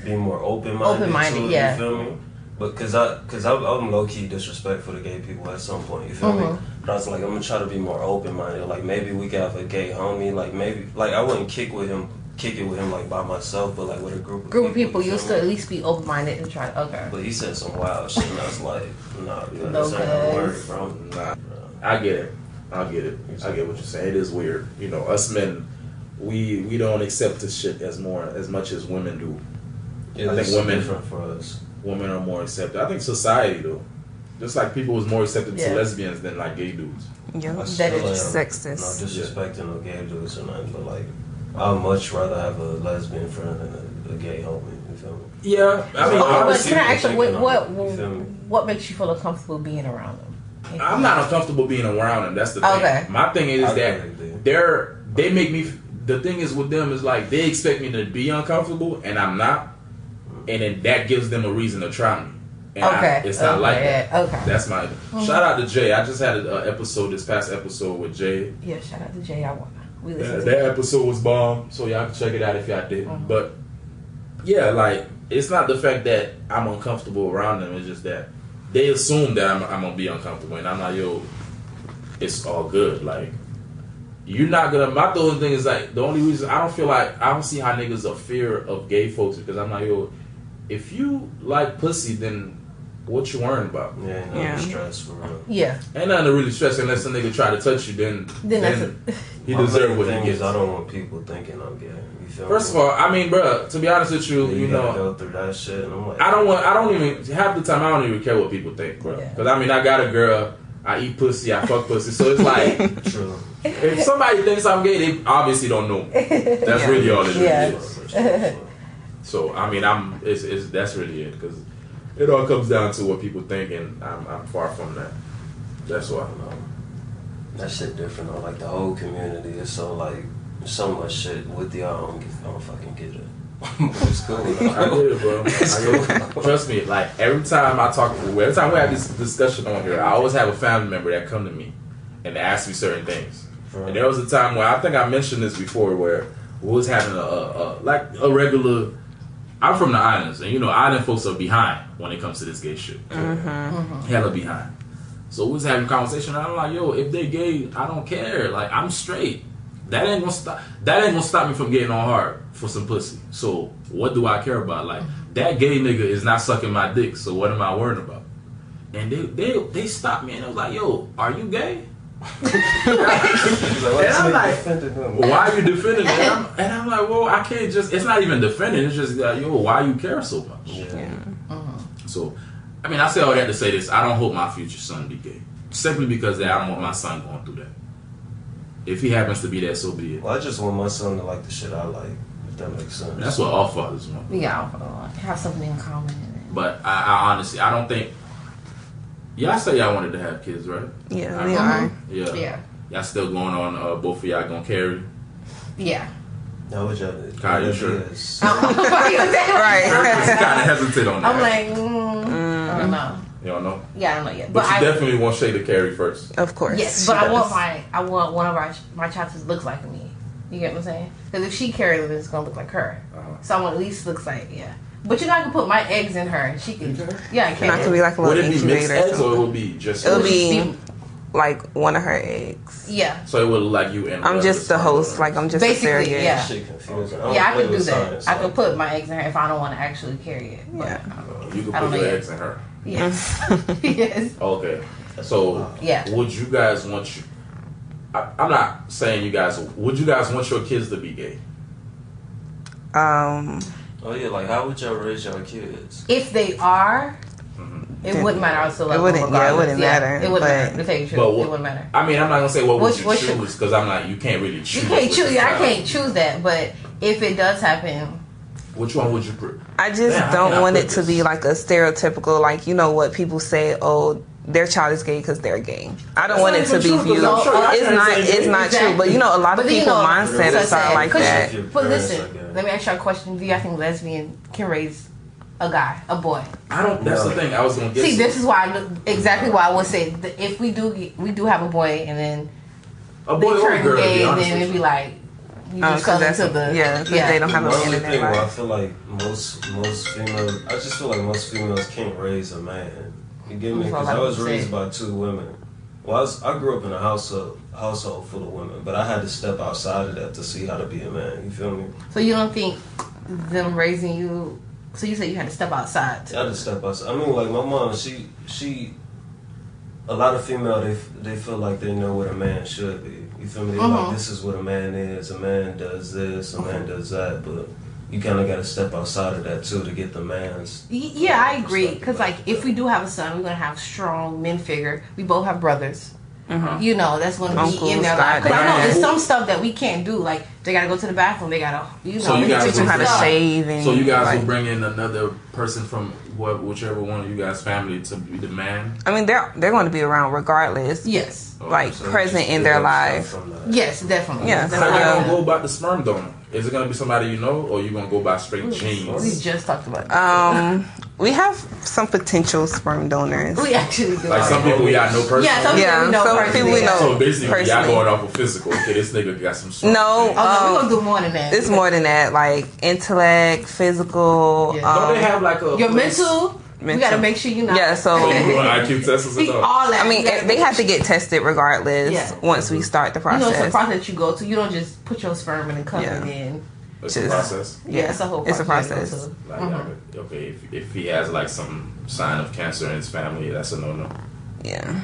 S4: be more open minded.
S2: Open-minded, yeah.
S4: You feel me? But cause I, cause I, I'm low key disrespectful to gay people at some point. You feel
S2: Mhm.
S4: me? But I was like, I'm gonna try to be more open minded. Like maybe we could have a gay homie. Like maybe, like I wouldn't kick with him, kick it with him like by myself, but like with a group of
S2: Group of people,
S4: you
S2: you
S4: feel
S2: still
S4: me?
S2: at least be open minded and try to okay.
S4: But he said some wild shit, and I was like, nah, bro,
S2: No
S4: this ain't gonna work,
S2: guys.
S4: bro.
S1: Nah, I get it. I get it. I get what you're saying. It is weird. You know, us men, we we don't accept this shit as more as much as women do.
S4: Yeah,
S1: I think
S4: this is
S1: women-
S4: different for us.
S1: women are more accepted. I think society though, just like people was more accepted
S2: Yeah.
S1: to lesbians than like gay dudes.
S4: I
S3: Yeah.
S4: still
S2: is
S4: am.
S3: sexist.
S4: No disrespecting no gay dudes or nothing, but like, I'd much rather have a lesbian friend than a, a gay homie. You feel me?
S1: Yeah, I mean,
S2: Okay,
S4: Oh,
S2: but
S1: honestly,
S2: can I ask you
S4: thinking
S2: what
S4: on
S2: what
S4: it, you feel me?
S2: what makes you feel uncomfortable being around them?
S1: I'm not uncomfortable being around them. That's the thing.
S2: Okay.
S1: My thing is
S4: I
S1: that
S4: really do.
S1: they're they make me. The thing is with them is like they expect me to be uncomfortable and I'm not. and then that gives them a reason to try me. And I-
S2: Okay.
S1: it's not
S2: okay. Mm-hmm.
S1: like that.
S2: yeah, Okay.
S1: That's my shout out to Jay. I just had an episode this past episode with Jay.
S2: yeah, shout out to Jay. I want we
S1: Uh,
S2: listen
S1: that
S2: to.
S1: episode was bomb, so y'all can check it out if y'all didn't.
S2: Mhm.
S1: But yeah, like it's not the fact that I'm uncomfortable around them. It's just that they assume that I'm, I'm gonna be uncomfortable, and I'm like, yo, it's all good. Like you're not gonna. My the only thing is like the only reason I don't feel like I don't see how niggas are fear of gay folks because I'm like, yo, if you like pussy, then what you worrying about?
S4: Yeah, no
S3: Yeah.
S4: stress for real.
S2: Yeah.
S1: Ain't nothing to really stress unless a nigga try to touch you, then
S2: Then that's
S1: then
S2: a,
S1: he
S4: My
S1: deserve
S4: main
S1: what
S4: thing
S1: he
S4: is
S1: gets.
S4: I don't want people thinking I'm gay. You feel
S1: First of
S4: me?
S1: all, I mean, bruh, to be honest with you,
S4: Yeah,
S1: you
S4: gotta
S1: know,
S4: go through that shit. And I'm like,
S1: I don't want, I don't even half the time I don't even care what people think, bro.
S2: Yeah.
S1: Because I mean, I got a girl, I eat pussy, I fuck pussy, so it's like
S4: True.
S1: if somebody thinks I'm gay, they obviously don't know. me. That's
S3: Yeah.
S1: really all it really
S2: Yeah.
S1: is. So I mean, I'm it's, it's that's really it because it all comes down to what people think, and I'm, I'm far from that. That's why.
S4: That shit different though. Like the whole community is so like so much shit with y'all. I don't, get, I don't fucking get it. it's cool.
S1: I get
S4: though.
S1: it, bro. I
S4: It's
S1: get it.
S4: cool.
S1: Trust me. Like every time I talk, every time we have this discussion on here, I always have a family member that come to me and ask me certain things.
S4: For real.
S1: And there was a time where I think I mentioned this before, where we was having a, a, a like a regular. I'm from the islands, and you know, island folks are behind when it comes to this gay shit.
S3: Mm-hmm.
S1: Hella behind. So we was having a conversation, and I'm like, "Yo, if they gay, I don't care. Like, I'm straight. That ain't gonna stop. That ain't gonna stop me from getting on hard for some pussy. So what do I care about? Like, that gay nigga is not sucking my dick. So what am I worrying about? And they they they stopped me, and I was like, "Yo, are you gay?
S4: He's like, what's
S1: And I'm
S4: nigga
S1: like-
S4: defending him?
S1: why are you defending it? And I'm, and I'm like, well, I can't just. It's not even defending. It's just like, yo, why you care so much?
S4: Yeah.
S1: So, I mean, I say all that to say this. I don't hope my future son be gay, simply because that I don't want my son going through that. If he happens to be that, so be it.
S4: Well, I just want my son to like the shit I like. If that makes sense.
S1: That's what all fathers want.
S2: yeah. I'll follow on. Have something in common. In
S1: But I, I honestly, I don't think. Y'all say y'all wanted to have kids, right?
S3: Yeah,
S1: I
S3: we
S2: Uh-huh.
S3: are.
S1: remember. Yeah.
S2: it. Yeah.
S1: Y'all still going on? Uh, both of y'all gonna carry?
S2: Yeah.
S4: Now what y'all did?
S1: Kyle, you sure?
S4: Yes.
S1: I
S3: Right.
S1: kind of hesitate on that.
S2: I'm like, mm, I don't know.
S1: you don't know,
S2: Yeah, I don't know yet.
S1: but,
S2: But,
S1: you
S2: I
S1: definitely want Shay to carry first.
S3: Of course.
S2: yes,
S3: she
S2: but I want
S3: does.
S2: my I want one of our my child to look like me. You get what I'm saying? Because if she carries it, it's gonna look like her.
S1: Uh-huh.
S2: Someone at least looks like yeah. But you're not gonna put my eggs in her. and She can
S1: Okay.
S2: yeah, I
S3: Not
S2: can.
S3: to be like E a
S1: Would
S3: little
S1: it be mixed
S3: incubator. or
S1: eggs or it
S3: something.
S1: would be just
S3: It'll
S2: It'll
S1: yours?
S2: just
S3: be- like one of her eggs.
S2: yeah.
S1: so it would look like you and
S3: I'm just the
S1: uh,
S3: host. Like I'm just
S2: Basically,
S3: a surrogate.
S2: yeah.
S4: Shit confusing. don't
S2: Yeah, I
S4: play
S2: could do
S4: with
S2: that.
S4: science,
S2: I
S4: like-
S2: could put my eggs in her if I don't want to actually carry it. But,
S3: Yeah.
S1: you could
S2: I don't
S1: put your
S2: know yet.
S1: eggs in her.
S2: Yes. yes.
S1: Okay. So
S2: Yeah.
S1: would you guys want you? I, I'm not saying you guys. Would you guys want your kids to be gay?
S3: Um.
S4: Oh yeah, like how would y'all raise y'all kids?
S2: If they are, it
S3: Then-
S2: wouldn't matter. I would still "Oh love
S3: It wouldn't-
S2: them
S3: yeah, it
S2: regardless.
S3: wouldn't matter,
S2: It wouldn't
S3: but-
S2: matter. To tell you the truth,
S1: But what-
S2: it wouldn't matter.
S1: I mean, I'm not gonna say what would
S2: Which-
S1: you
S2: which-
S1: choose because I'm not. You can't really choose.
S2: You can't
S1: with
S2: choose.
S1: your
S2: Yeah, I
S1: child.
S2: can't choose that. But if it does happen,
S1: Which one would you? Pre-
S3: I just
S1: Man, how can I
S3: don't want
S1: put
S3: it to
S1: this?
S3: be like a stereotypical, like you know what people say. Oh, their child is gay because they're gay. I don't
S1: That's
S3: want
S1: not
S3: it to
S1: even
S3: be
S1: true, 'cause
S3: viewed.
S2: I'm sure y'all
S3: it's
S1: can't
S3: not.
S1: say
S3: It's
S1: gay.
S3: not
S2: Exactly.
S3: true. But you know, a lot of
S2: But you
S3: people
S2: know,
S3: mindsets
S2: that's
S3: are
S2: sad.
S3: like
S2: Cause
S3: that.
S4: Your
S2: but
S4: parents
S2: listen,
S4: are gay.
S2: let me ask you a question. Do y'all think lesbian can raise a guy, a boy?
S1: I don't. That's the
S4: No.
S1: thing. I was gonna get.
S2: See,
S1: to.
S2: this is why I look, exactly why I would say that if we do get, we do have a boy and then
S1: a
S2: they
S1: boy or a
S2: turn
S1: girl. To
S2: gay,
S1: be honest
S2: then
S1: with
S2: it'd be
S1: you.
S2: like you
S3: Oh,
S2: just
S3: 'cause
S2: come
S3: that's-
S2: into the
S3: yeah, 'cause they don't have
S4: The
S3: a man
S4: only
S3: in
S4: thing
S3: their
S4: where I
S3: life.
S4: feel like most most females, I just feel like most females can't raise a man. You get me?
S2: That's all
S4: Because
S2: I
S4: I was
S2: can say.
S4: raised by two women. Well, I, was, I grew up in a household household full of women, but I had to step outside of that to see how to be a man. You feel me?
S2: So you don't think them raising you? So you said you had to step outside.
S4: I had to step outside. I mean, like my mom, she she. A lot of female, they they feel like they know what a man should be. You feel me? They
S2: Mhm.
S4: Like this is what a man is. A man does this. A man does that. But you kind of got to step outside of that too to get the man's
S2: Y- Yeah, I agree. Because like, if we do have a son, we're gonna have strong men figure. We both have brothers. You know, that's gonna be in
S3: Mm-hmm. Uncles,
S2: their life. 'Cause I know
S3: goddaddies.
S2: there's some stuff that we can't do. Like they gotta go to the bathroom. They gotta, you know,
S1: So you
S2: we can
S1: guys
S2: teach
S3: Teach them
S2: them
S3: how to
S2: stuff.
S3: shave and
S1: So you guys
S3: like-
S1: will bring in another person from whoever, whichever one of you guys' family to be the man.
S3: I mean, they're they're going to be around regardless.
S2: Yes.
S3: like
S4: So
S3: present
S4: just
S3: in
S4: pick
S3: their
S4: up
S3: life.
S4: stuff from that.
S2: Yes, definitely.
S3: Yeah.
S1: How you gonna
S2: That's
S1: go about the sperm donor? Is it gonna be somebody you know, or you gonna go by straight
S2: what
S1: genes?
S2: we just talked about.
S3: Um, we have some potential sperm donors.
S2: we actually do.
S1: Like some people y'all know personally.
S2: yeah, some
S3: Yeah,
S2: people we know
S3: some
S2: personally.
S3: people we know.
S1: so basically, y'all
S3: personally.
S1: going off of physical. Okay, this nigga got some. sperm.
S3: No,
S1: Don't
S2: Oh no, we're
S3: um,
S2: gonna do more than that.
S3: it's more than that. Like intellect, physical.
S2: Yeah.
S3: Um,
S1: they have like a
S2: your
S1: place-
S2: mental. We gotta
S3: mental.
S2: make sure you not.
S3: Yeah, so-
S1: Oh, you doing IQ tests and
S2: See,
S1: stuff.
S2: all that.
S3: I mean,
S2: You gotta
S3: they
S2: make
S3: have to get tested regardless
S2: Yeah.
S3: once we start the
S2: You know,
S3: process.
S2: it's a process you go to. You don't just put your sperm in a cup and
S3: Yeah.
S2: then.
S1: It's a
S3: Just-
S1: process.
S2: Yeah, it's a whole.
S3: It's a
S2: process. you
S3: process.
S2: go
S1: Like, uh, okay, if, if he has like some sign of cancer in his family, that's a no no.
S3: Yeah.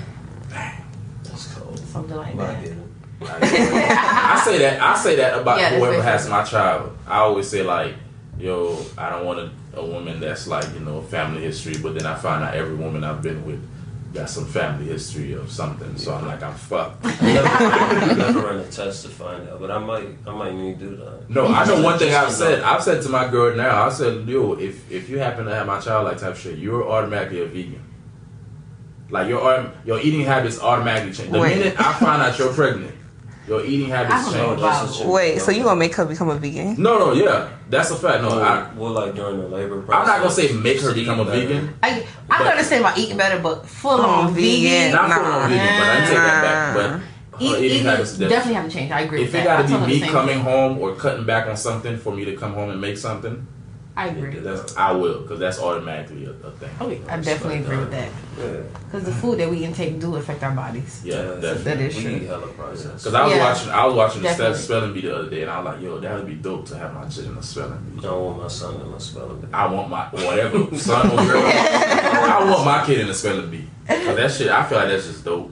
S4: That's cold.
S2: to. Something like
S4: But I
S2: that.
S4: get it.
S1: I say that I say that about
S2: Yeah, that's
S1: whoever
S2: very
S1: has my child. I always say like, yo, I don't want a, a woman that's like you know family history, but then I find out every woman I've been with got some family history of something. So I'm like, I'm fucked.
S4: Never, never run a test to find out, but I might, I might need to do that.
S1: No, I know one thing I've
S4: Just
S1: said. I've said to my girl now. I said, yo, if if you happen to have my child like type shit, you're automatically a vegan. Like your autom- your eating habits automatically change. The
S3: Wait.
S1: minute I find out you're pregnant, your eating habits
S2: I don't
S1: change.
S2: know.
S4: that's a-
S3: Wait, so you gonna make her become a vegan?
S1: No, no, yeah, that's a fact. No,
S4: Well,
S1: I,
S4: well, like during the labor process.
S1: I'm not gonna say make her
S4: just
S1: become a
S4: eat better.
S1: vegan.
S2: I I
S1: But-
S2: understand about eating better, but full
S3: Oh,
S2: on
S3: vegan.
S2: vegan.
S1: Not full on vegan, but I take that back. But her
S2: Eat,
S1: eating
S2: eating
S1: habits
S2: definitely,
S1: definitely.
S2: have to change. I agree.
S1: If
S2: with
S1: it
S2: that.
S1: gotta
S2: I told her
S1: be
S2: the
S1: me
S2: same
S1: coming
S2: thing.
S1: home or cutting back on something for me to come home and make something,
S2: I agree.
S1: that's I will because that's automatically a, a thing.
S2: Okay, I definitely agree with that
S4: Yeah,
S2: because the food that we intake do affect our bodies.
S1: Yeah,
S4: yeah,
S1: definitely.
S2: That is
S4: we
S2: true.
S4: eat hella processed.
S1: Because I was
S2: Yeah.
S1: watching, I was watching the Steph
S2: Definitely.
S1: spelling bee the other day, and I was like, "Yo, that would be dope to have my shit in a spelling bee."
S4: I don't want my son in my spelling bee.
S1: I want my whatever son or girl. I want my kid in a spelling bee. 'Cause that shit, I feel like that's just dope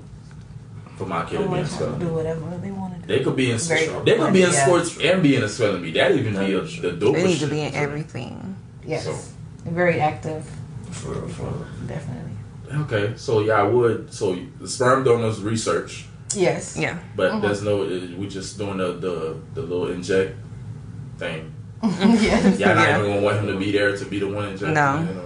S1: for my kid
S2: Oh
S1: to be
S2: my
S1: in a
S2: God,
S1: spelling bee.
S2: do whatever they want to do.
S1: They could be in
S2: Very
S1: they could be in
S2: yeah.
S1: sports and be in a spelling bee. That even be a, the dopest.
S3: They need to
S1: shit.
S3: be in everything.
S2: Yes,
S1: So-
S2: very active,
S4: For real, for real.
S2: definitely.
S1: Okay, so yeah, I would. So the sperm donors research,
S2: Yes.
S3: Yeah.
S1: but there's no. We just doing the the, the little inject thing.
S2: yes.
S1: Yeah, not
S3: Yeah.
S1: even gonna want him to be there to be the one injecting.
S3: No.
S1: you know.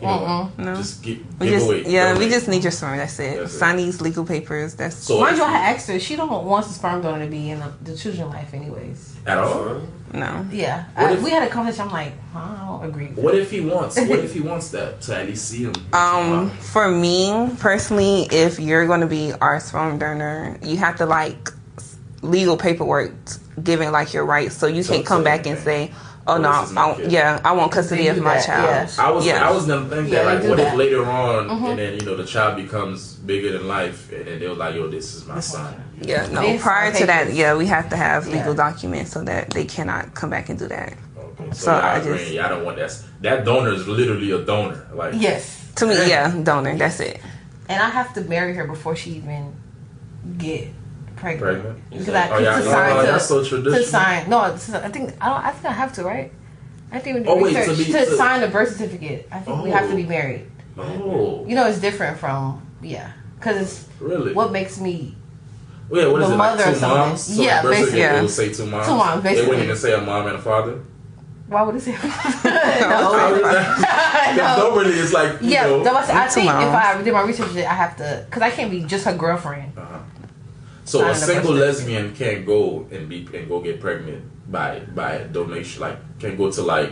S1: You know,
S3: Mm-mm. No.
S1: Just get,
S3: We
S1: give
S3: just
S1: away.
S3: yeah,
S1: give
S3: we
S1: away.
S3: just need your sperm. That's it.
S1: That's it.
S3: Sign these legal papers. That's
S1: So
S2: Mind you, I
S1: if
S2: had asked her. She don't want the sperm donor to be in the, the children's life, anyways.
S1: you- at
S4: For
S1: all.
S4: real?
S3: no.
S2: Yeah,
S1: What
S2: I,
S1: if-
S2: we had a conversation. I'm like, huh, I don't agree. With
S1: What if he wants? What if he wants that to at least see him?
S3: Um, for me personally, if you're going to be our sperm donor, you have to like s- legal paperwork t- giving like your rights, so you
S1: So-
S3: can't come
S1: so-
S3: back and say, "Oh
S1: Oh,
S3: no,
S1: this is my
S3: I,
S1: kid.
S3: yeah, I want custody
S2: They
S3: of
S2: do
S3: my
S2: that,
S3: child."
S1: I was
S3: Yeah.
S1: I was gonna think
S2: Yeah,
S1: that like
S2: they do
S1: what if
S2: that. Mm-hmm.
S1: later on and then you know the child becomes bigger than life and then they're like yo this is my son.
S3: Yeah, no.
S2: They have
S3: Prior to
S2: papers.
S3: that, yeah, we have to have legal
S2: Yeah.
S3: documents so that they cannot come back and do that.
S1: Okay, so,
S3: So
S1: y'all
S3: I
S1: agreeing,
S3: just-
S1: y'all don't want that. That donor is literally a donor. Like
S2: Yes,
S3: To me, yeah, donor. That's it.
S2: and I have to marry her before she even get pregnant.
S1: Pregnant?
S2: Because
S4: Exactly.
S1: Oh,
S2: I
S1: y'all,
S2: to
S1: oh,
S2: sign to,
S1: that's so
S2: to
S1: traditional.
S2: sign. No, it's- I think I don't. I think I have to, right? I think we do
S1: Oh, wait, to
S2: research
S1: be-
S2: to,
S1: to-
S2: sign a birth certificate. I think we have to be
S1: Oh.
S2: married.
S1: Oh,
S2: You know, it's different from yeah, because it's
S1: really?
S2: what makes me
S1: Wait, what is
S2: the
S1: it? Like
S2: mother
S1: two
S2: or something.
S1: moms? So
S2: Yeah,
S1: the birth certificate
S3: basically.
S1: will say two moms.
S2: Two moms,
S1: They wouldn't
S2: basically.
S1: even say a mom and a father.
S2: why would it say
S1: I
S2: no.
S1: was like,
S2: Oh, no.
S1: Nobody is like you
S2: Yeah,
S1: know.
S2: that was, I
S3: Two
S2: think if
S3: moms.
S2: I did my research, I have to because I can't be just her girlfriend.
S1: so
S2: sign
S1: a
S2: the
S1: single
S2: birth
S1: lesbian can't go and be and go get pregnant by by a donation. Like can't go to like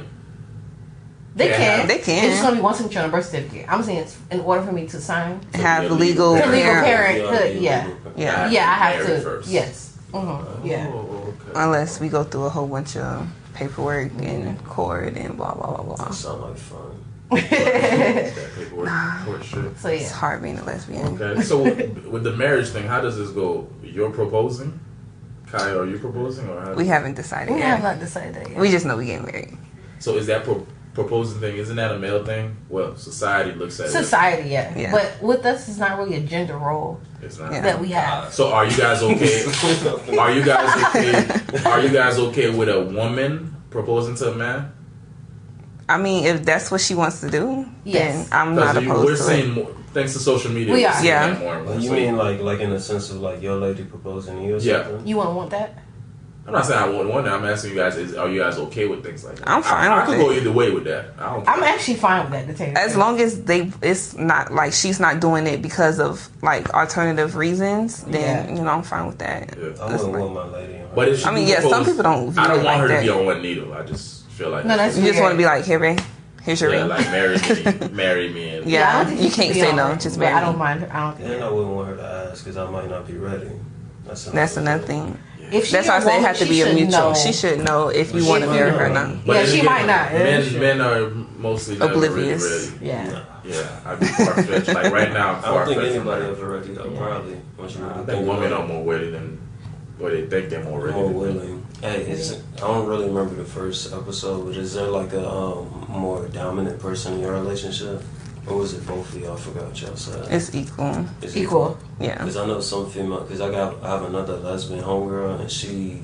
S2: They
S1: Yeah,
S2: can.
S3: they can.
S2: It's just gonna be one signature on a birth certificate. I'm saying it's in order for me to sign
S1: So
S3: have
S1: we have
S3: legal,
S1: legal
S2: to legal
S3: parent,
S2: parenthood. Yeah,
S3: Yeah.
S1: I have
S2: yeah. I
S1: to
S2: have
S1: marry
S2: to.
S1: first.
S2: Yes. hmm Yeah.
S1: Oh, okay.
S3: unless we go through a whole bunch of paperwork and court and blah blah blah blah.
S4: That sound like fun.
S1: That paperwork, court shit.
S2: So
S3: It's
S2: yeah.
S3: hard being a lesbian.
S1: Okay, so with, with the marriage thing, how does this go? You're proposing, Kai? Are you proposing, or how
S3: We haven't decided
S2: We
S3: yet.
S2: have not decided that yet.
S3: we just know we getting married.
S1: so is that pro- proposing thing? Isn't that a male thing? Well, society looks at
S2: Society, yeah.
S3: Yeah.
S2: But with us, it's not really a gender role
S1: it. It's not.
S3: Yeah.
S2: that we have.
S1: So are you guys okay? are you guys okay? Are you guys okay with a woman proposing to a man?
S3: I mean, if that's what she wants to do,
S2: Yes.
S3: then I'm not
S1: Because you- we're
S3: opposed to it.
S1: seeing more, thanks to social media.
S2: We
S1: we're
S2: are.
S1: seeing
S3: Yeah.
S1: that More and more.
S4: You
S1: So-
S4: mean like, like in the sense of like your lady proposing to you or
S1: Yeah.
S4: something?
S2: You wouldn't want that?
S1: I'm not saying I want one. I'm asking you guys: is, Are you guys okay with things like that?
S3: I'm fine
S1: I, I
S3: with
S1: could
S3: it.
S1: go either way with that. I don't.
S2: I'm
S1: care.
S2: actually fine with that. To tell you the
S3: As
S2: truth.
S3: long as they, it's not like she's not doing it because of like alternative reasons. Then
S2: Yeah.
S3: you know I'm fine with that.
S1: Yeah.
S4: I
S3: That's
S4: wouldn't
S3: fine.
S4: want my lady. in her-
S1: But if she
S3: I mean,
S1: do
S3: yeah, some
S1: propose,
S3: people
S4: Oh,
S3: don't view
S1: I don't want
S3: it like
S1: her
S3: that.
S1: to be on one needle. I just feel like
S2: No, that's
S3: You just
S2: weird.
S3: want to be like, here, babe, here's your
S1: yeah,
S3: ring.
S1: like marry me, marry me, and
S3: Yeah.
S2: I don't think she
S3: you
S2: should
S3: can't
S2: be
S3: say
S2: on
S3: no,
S2: it,
S3: just
S2: but I
S3: marry.
S2: don't mind. her. I don't
S4: Then I wouldn't want her to ask because I might not be ready. That's another
S3: That's
S4: thing.
S3: another thing.
S2: If she
S3: That's
S2: a
S3: why I say it
S2: woman,
S3: has to
S2: she
S3: be a
S2: should
S3: mutual.
S2: know.
S3: She should know if you
S4: She
S3: want to
S4: might
S3: marry her or
S4: not.
S3: not.
S1: But
S2: Yeah,
S1: then
S2: she might not. Yeah,
S1: Men,
S2: sure.
S1: men are mostly never
S3: Oblivious.
S1: Really, really,
S2: Yeah.
S1: yeah, I'd be far fetched. Like right now, I'm
S4: I don't
S1: far
S4: think
S1: fetched.
S4: anybody ever ready though. Probably. Once you really
S1: I
S4: think
S1: think women
S4: about
S1: are more ready than, or they think they're more
S4: it,
S1: ready.
S4: more
S1: than-
S4: willing. Hey, is, I don't really remember the first episode, but is there like a um, more dominant person in your relationship, or was it both of y'all? I forgot what y'all said.
S3: It's equal.
S4: Is it-
S2: Equal.
S3: Yeah.
S4: Cause I know some female. Cause I got I have another lesbian homegirl, and she,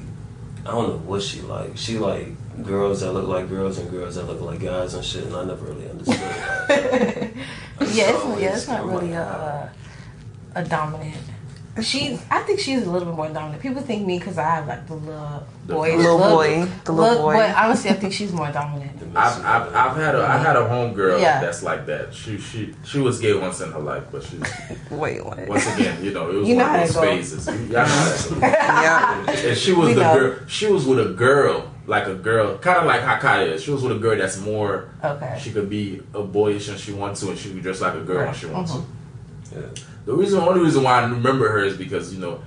S4: I don't know what she like. She like girls that look like girls and girls that look like guys and shit. And I never really understood. like,
S2: yeah, it's, yeah, it's not really a uh, a dominant. She, I think she's a little bit more dominant. People think me because I have like the little
S1: The
S2: boy,
S3: Little boy. The little boy.
S2: But honestly, I think she's more dominant.
S1: I've, I've, I've had a I had a homegirl
S2: Yeah.
S1: that's like that. She she she was gay once in her life, but she
S3: Wait, what?
S1: once again, you know, it was
S2: You know
S1: one
S2: how
S1: of those
S2: that go.
S1: phases. Y'all know how that go.
S3: yeah.
S1: And she was
S2: We
S1: the
S2: know.
S1: girl. She was with a girl, like a girl, kind of like Hakata is. She was with a girl that's more.
S2: Okay.
S1: She could be a boyish when she wants to, and she could dress like a girl when she wants
S2: Mhm.
S4: Yeah.
S1: to. The reason, only reason why I remember her is because you know,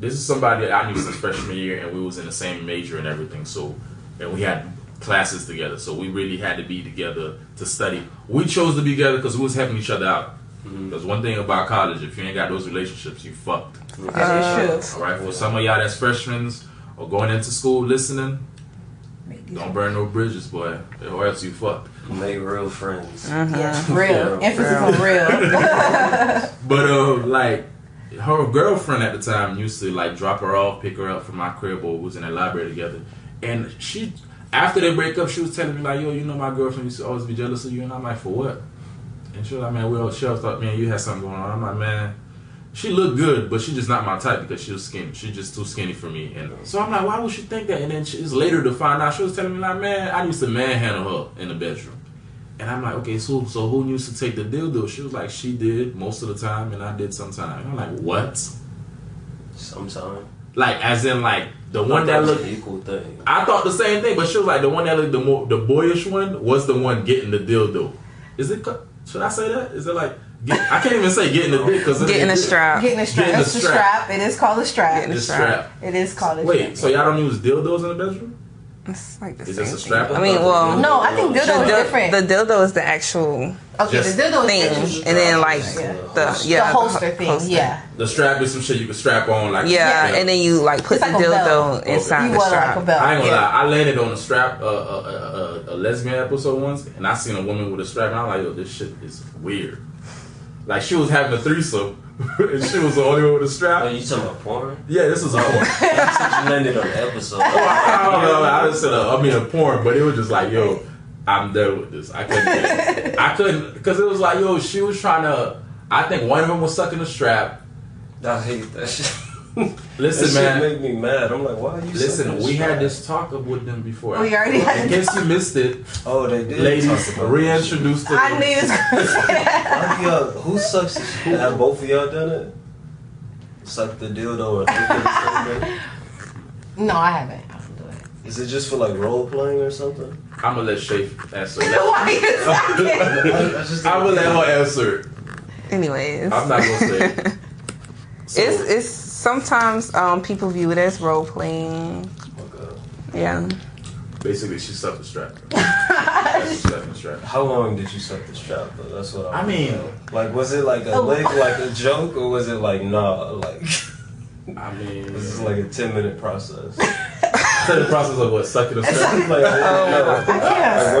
S1: this is somebody that I knew since freshman year, and we was in the same major and everything. So, and we had classes together, so we really had to be together to study. We chose to be together because we was helping each other out. Because one thing about college, if you ain't got those relationships, you fucked.
S2: That is
S1: All right, for some of y'all that's freshmen or going into school listening,
S2: true.
S1: don't burn no bridges, boy, or else you fucked.
S4: Make real friends.
S3: Uh-huh.
S2: Yes, real. Emphasis on real.
S1: But uh, like her girlfriend at the time used to like drop her off, pick her up from my crib, or we was in the library together. And she, after they break up, she was telling me like, "Yo, you know my girlfriend used to always be jealous of you," and I'm like, "For what?" And she was like, "Man, we all she always thought, man, you had something going on." I'm like, "Man." She looked good, but she just not my type because she was skinny. She just too skinny for me, and so I'm like, why would she think that? And then she's later to find out she was telling me like, man, I used to manhandle her in the bedroom. And I'm like, okay, so so who used to take the dildo? She was like, she did most of the time, and I did sometimes. And I'm like, what?
S4: Sometime.
S1: Like, as in, like the one that
S4: That's an
S1: looked.
S4: equal thing.
S1: I thought the same thing, but she was like, the one that looked the more the boyish one was the one getting the dildo. Is it? co- Should I say that? Is it like? Get, I can't even say getting the dick because
S3: Getting a strap.
S2: Getting a strap.
S1: Getting a
S2: That's the
S1: strap.
S2: strap. It is called a strap.
S3: Getting
S1: The strap.
S2: It is called a
S1: Wait,
S2: strap.
S1: so y'all don't use dildos in the bedroom?
S3: It's like the
S1: Is
S3: same
S1: this a
S3: thing.
S1: strap?
S3: I mean, well,
S2: No, I think dildo is
S3: the,
S2: different.
S3: the dildo is the actual
S2: okay,
S1: just
S2: the dildo is
S3: thing,
S2: different.
S3: and then like
S2: Yeah.
S3: the yeah
S2: the holster
S3: ho-
S2: thing.
S3: holster.
S2: Yeah.
S1: The strap is some shit you can strap on, like
S3: Yeah, and then you like put
S2: It's
S3: the
S2: like a
S3: dildo
S2: belt.
S3: inside
S2: You
S3: the
S2: want like
S3: strap.
S2: a belt.
S1: I ain't gonna
S2: Yeah.
S1: lie. I landed on a strap, uh, uh, uh, uh, a lesbian episode once, and I seen a woman with a strap, and I'm like, yo, this shit is weird. Like she was having a threesome, and she was the only one with a
S4: Oh,
S1: strap.
S4: you talking about porn?
S1: Yeah, this was a porn. I
S4: you landed on the episode.
S1: don't know. I just said, uh, I mean, a porn, but it was just like, yo, I'm done with this. I couldn't. get it. I couldn't because it was like, yo, she was trying to. I think one of them was sucking a strap.
S4: I hate that shit.
S1: Listen, man.
S4: that Shit make me mad. I'm like, why are you?
S1: Listen,
S4: sucking
S1: we
S4: strap?
S1: had this talk with them before.
S2: We already had
S1: In
S2: this-
S1: case you missed it,
S4: Oh, they did. talk
S1: ladies,
S4: about this shit.
S1: reintroduced to them.
S2: I knew it was gonna say that.
S4: Why do y'all- Who sucks? the shit? Have both of y'all done it? Suck the dildo and think of the same thing?
S2: No, I haven't. I don't do it.
S4: Is it just for like role playing or something?
S1: I'm gonna let Shay answer.
S2: Why you
S1: I'm
S4: I, I just
S1: gonna let her answer. it.
S3: Anyways,
S1: I'm not gonna say. It. So,
S3: it's it's sometimes um, people view it as role playing.
S4: Oh my God.
S3: Yeah,
S1: basically she sucked the strap. That's what sucked the strap.
S4: How long did you suck the strap though? That's what I.
S1: I mean-
S4: wanna know. like, was it like a
S2: Oh.
S4: lick, like a joke, or was it like nah, like
S1: I mean,
S4: this is like a ten minute process?
S1: so the process of what sucking the strap.
S4: Like, oh,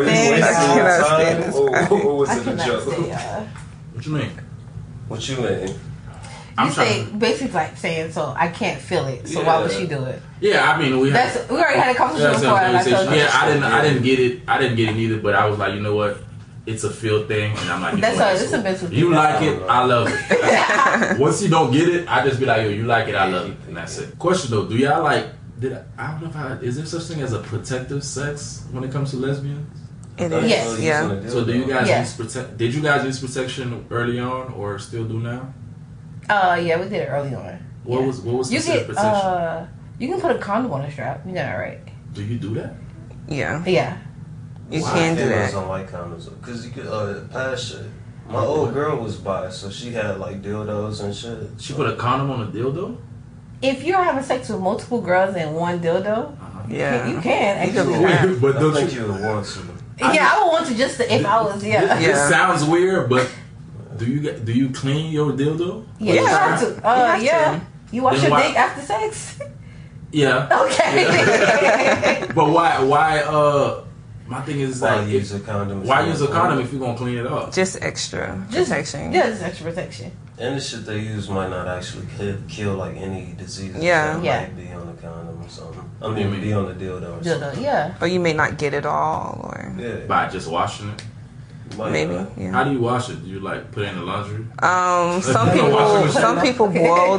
S4: no. Like, were you wasting
S2: stand
S3: cannot
S4: your
S3: stand
S4: time,
S3: this guy.
S4: or, or was
S2: I
S4: it a
S2: cannot say.
S4: joke?
S2: Uh,
S1: What you mean?
S4: What you mean?
S1: I'm
S2: you
S1: trying
S2: say basically like saying so I can't feel it. So
S4: Yeah.
S2: why would she do it?
S1: Yeah, I mean we had.
S2: That's we already had a
S1: Yeah,
S2: conversation
S1: that's
S2: before.
S1: what I'm
S2: and I
S1: saying.
S2: told you.
S1: yeah, I didn't. I
S4: Yeah.
S1: didn't get it. I didn't get it either. But I was like, you know what? It's a feel thing, and I'm like, you
S2: That's
S1: know what?
S2: a- it's a mental
S1: You
S2: thing.
S1: like it, I love it. Once you don't get it, I just be like, yo, you like it, I love it, and that's it. Question though, do y'all like did I, I don't know if I is there such thing as a protective sex when it comes to lesbians?
S3: It
S4: That's
S3: is.
S2: Yes.
S4: what he's
S3: Yeah.
S4: gonna
S1: So do you guys
S2: Yeah.
S1: use protect? Did you guys use protection early on, or still do now?
S2: Uh, yeah, we did it early on.
S1: What
S2: Yeah.
S1: was what was
S2: You
S1: considered
S2: get
S1: protection?
S2: uh, you can put a condom on a strap. You know that, right?
S1: do you do that?
S3: Yeah.
S2: Yeah.
S3: You
S1: Why?
S3: can do
S4: Females
S3: that.
S4: don't like condoms because you could uh, pass shit. My old girl was bi, so she had like dildos and shit.
S1: She put a condom on a dildo.
S2: If you're having sex with multiple girls and one dildo,
S1: Uh-huh.
S3: Yeah.
S2: you can
S3: You can
S2: actually.
S3: do that.
S1: but
S4: I
S1: don't
S4: think
S1: you?
S4: you would want to.
S2: Yeah, I would want to just to, if I was yeah.
S1: This
S3: Yeah.
S1: sounds weird, but do you get- do you clean your dildo?
S2: Yeah, you
S3: Yeah.
S2: have to. Uh,
S3: You have to.
S2: yeah. You wash
S1: Then
S2: your
S1: why-
S2: dick after sex?
S1: Yeah,
S2: okay.
S1: but why why uh? My thing is
S4: Why
S1: like,
S4: use
S1: if,
S4: a condom?
S1: why use a condom if you're gonna clean it up?
S3: Just extra
S2: Just-
S3: protection.
S2: yeah, it's extra protection.
S4: And the shit they use might not actually kill, kill like any diseases.
S3: Yeah.
S4: that
S2: Yeah.
S4: Might be on the condom or something. I
S1: do you
S4: mean,
S1: mean?
S4: be on the dildo or
S2: Dildo,
S4: something.
S2: yeah.
S3: Or you may not get it all, or
S4: Yeah.
S1: By just washing it.
S4: Might uh,
S3: maybe.
S4: not.
S3: Yeah.
S1: How do you wash it? Do you like put it in the laundry?
S3: Um, some
S1: Wash
S3: people
S1: your
S3: some
S2: machine.
S3: people boil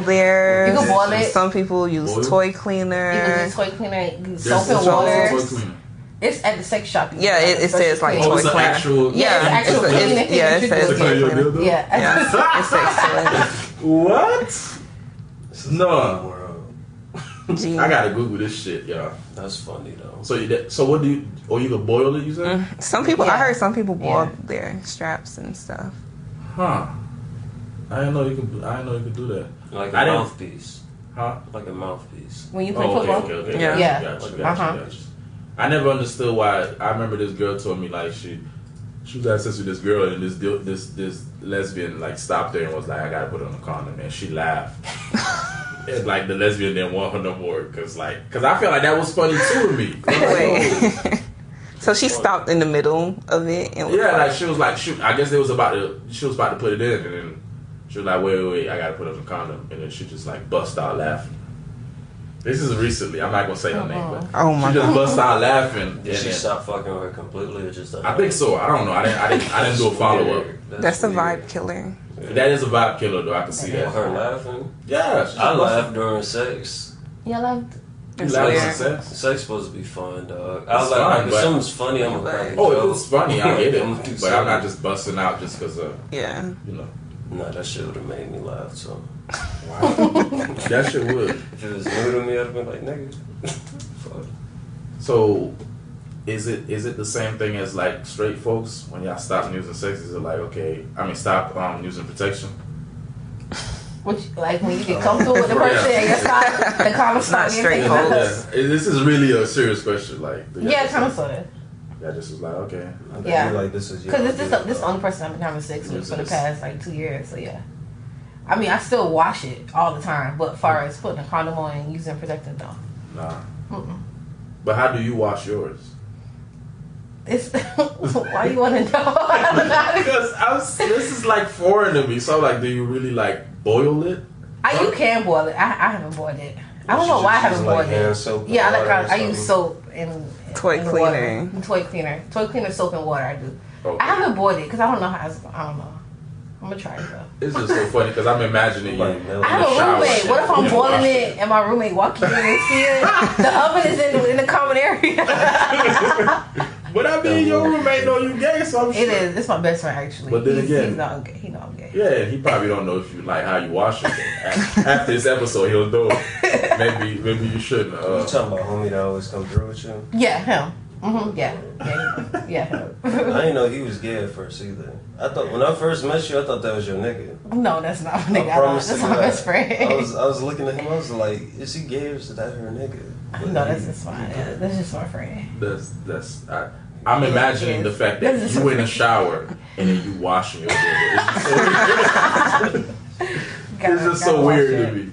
S2: You
S3: theirs.
S2: can boil it.
S3: Some people use
S1: Boil?
S3: toy
S2: You can
S3: cleaner.
S2: use toy cleaner, you can
S1: There's
S2: soap and
S1: such a
S2: water.
S1: toy cleaner.
S2: It's at the sex shop. you
S3: Yeah,
S2: can
S3: it,
S2: buy
S3: it says like
S2: special
S1: Oh,
S3: toy
S1: it's an
S3: cleaner.
S1: actual-
S2: Yeah,
S3: yeah,
S2: it's an
S3: it's,
S2: actual
S3: a,
S2: cleaner
S3: it's,
S2: thing that
S3: yeah, it
S2: you
S3: says
S2: do.
S3: toy cleaner.
S1: dildo?
S2: Yeah.
S3: Yeah, it's excellent.
S1: What?
S4: This is
S1: No.
S4: the world.
S3: Gee.
S1: I gotta Google this shit, y'all.
S4: That's funny though.
S1: So, you, that- so what do you? Or you can boil it? You said?
S2: Mm.
S3: Mm. Some people,
S2: Yeah.
S3: I heard some people boil
S2: Yeah.
S3: their straps and stuff.
S1: Huh? I didn't know you could. I didn't know you could do that.
S4: Like
S1: I
S4: a
S1: didn't-
S4: mouthpiece.
S1: Huh?
S4: Like a mouthpiece.
S2: When you play
S1: Oh, okay,
S2: football,
S1: okay, okay.
S3: Yeah.
S2: Yeah.
S1: Gotcha, gotcha,
S2: Uh-huh.
S1: gotcha. I never understood why. I remember this girl told me like she, she was having sex with this girl and this deal- this this lesbian like stopped her and was like, I gotta put on a condom and she laughed. And like the lesbian didn't want her no more because like because I felt like that was funny too to me.
S3: Wait. so she stopped in the middle of it and was
S1: oh. Yeah,
S3: like,
S1: like she was like, shoot, I guess they was about to, she was about to put it in, and then she was like, wait, wait, wait, I gotta put up a condom, and then she just like bust out laughing. This is recently. I'm not gonna say her name, but
S3: "Oh my
S1: she
S3: god!"
S1: just bust out laughing. and
S4: Did she
S1: then-
S4: stop fucking her completely or just?
S1: I think so. I don't know. I didn't. I didn't. I didn't do a follow up.
S3: That's a vibe killer.
S1: That is a vibe killer, though. I can see that.
S4: Her laughing.
S1: Yeah, she just
S4: I
S1: bust-
S4: laugh during sex.
S2: yeah, like
S1: You
S3: That's
S1: laugh
S3: weird.
S1: at sex.
S4: Sex supposed to be fun, dog. I
S1: It's
S4: was like,
S1: fun,
S4: if
S1: but-
S4: something's funny, I'm gonna crack a
S1: Oh,
S4: joke.
S1: if it's funny, I get
S4: I'ma do
S1: it, but I'm not
S4: something.
S1: just busting out just because of
S3: Yeah,
S1: you know.
S4: Nah, that shit would have made me laugh. So
S1: that shit would.
S4: if it was new to me, I'd have been like, nigga, fuck.
S1: So, is it is it the same thing as like straight folks when y'all stop using sex? Is it like okay? I mean, stop um, using protection.
S2: what you, like when you get comfortable with the person
S1: Yeah.
S2: and your side, the condom stop being
S3: straight
S2: taken
S3: hole.
S2: off.
S1: Yeah, This is really a serious question. Like, do y'all
S2: Yeah,
S1: just-
S2: kind of sort of.
S1: Y'all just was like, okay,
S4: I think
S2: Yeah.
S4: you like this is your
S2: Because this is
S4: idea,
S2: the- this is the
S4: dog.
S2: only person I've been having sex with for the
S1: Jesus.
S2: past like two years. So yeah, I mean I still wash it all the time, but
S1: Mm.
S2: far as putting a condom on and using protective though,
S1: nah.
S2: Mm-mm.
S1: But how do you wash yours?
S2: it's why you want to know?
S1: because I was, this is like foreign to me. So I'm like, do you really like boil it?
S2: I you can boil it. I, I haven't boiled it. I
S4: You
S2: don't know
S4: should
S2: why I
S4: just
S2: haven't
S4: use, like,
S2: boiled
S4: hand
S2: it.
S4: soap and
S2: Yeah, I like
S4: water
S2: I,
S4: or
S2: I use
S4: something.
S2: soap and
S3: Toy
S2: and
S3: cleaner.
S2: water. And toy cleaner, toy cleaner, soap and water. I do.
S1: Okay.
S2: I haven't boiled it because I don't know how. It's, I don't know. I'm gonna try it though.
S1: It's just so funny because I'm imagining you.
S4: Like, no,
S2: I have
S1: the
S2: a
S1: shower.
S2: roommate. What if
S1: You
S2: I'm boiling
S1: wash
S2: it and my roommate walks in and see it? The oven is in, in the common area.
S1: But I mean, your roommate know you gay, so I'm
S2: it
S1: sure.
S2: is. It's my best friend actually.
S1: But then
S2: he's,
S1: again-
S2: he's not I'm gay. He know I'm gay.
S1: Yeah, he probably don't know if you like how you wash it. After this episode, he'll know. Maybe, maybe you shouldn't.
S4: You
S1: Uh,
S4: talking about homie that always come through with you?
S2: Yeah, him. hmm yeah, yeah, yeah. him.
S4: I didn't know he was gay at first either. I thought when I first met you, I thought that was your nigga.
S2: no, that's not my
S4: I
S2: nigga. I don't-
S4: promise
S2: That's
S4: you
S2: my
S4: that.
S2: best friend.
S4: I was I was looking at him. I was like, is he gay or is that her nigga? But
S2: no, that's
S4: he-
S2: just fine. That's just my friend.
S1: that's that's. I, I'm
S2: Yeah,
S1: imagining
S2: it
S1: the
S2: is.
S1: fact that
S2: This is
S1: you
S2: so
S1: in a
S2: funny.
S1: shower and then you washing your dildo. This is so
S2: watch
S1: weird to
S2: it.
S1: me.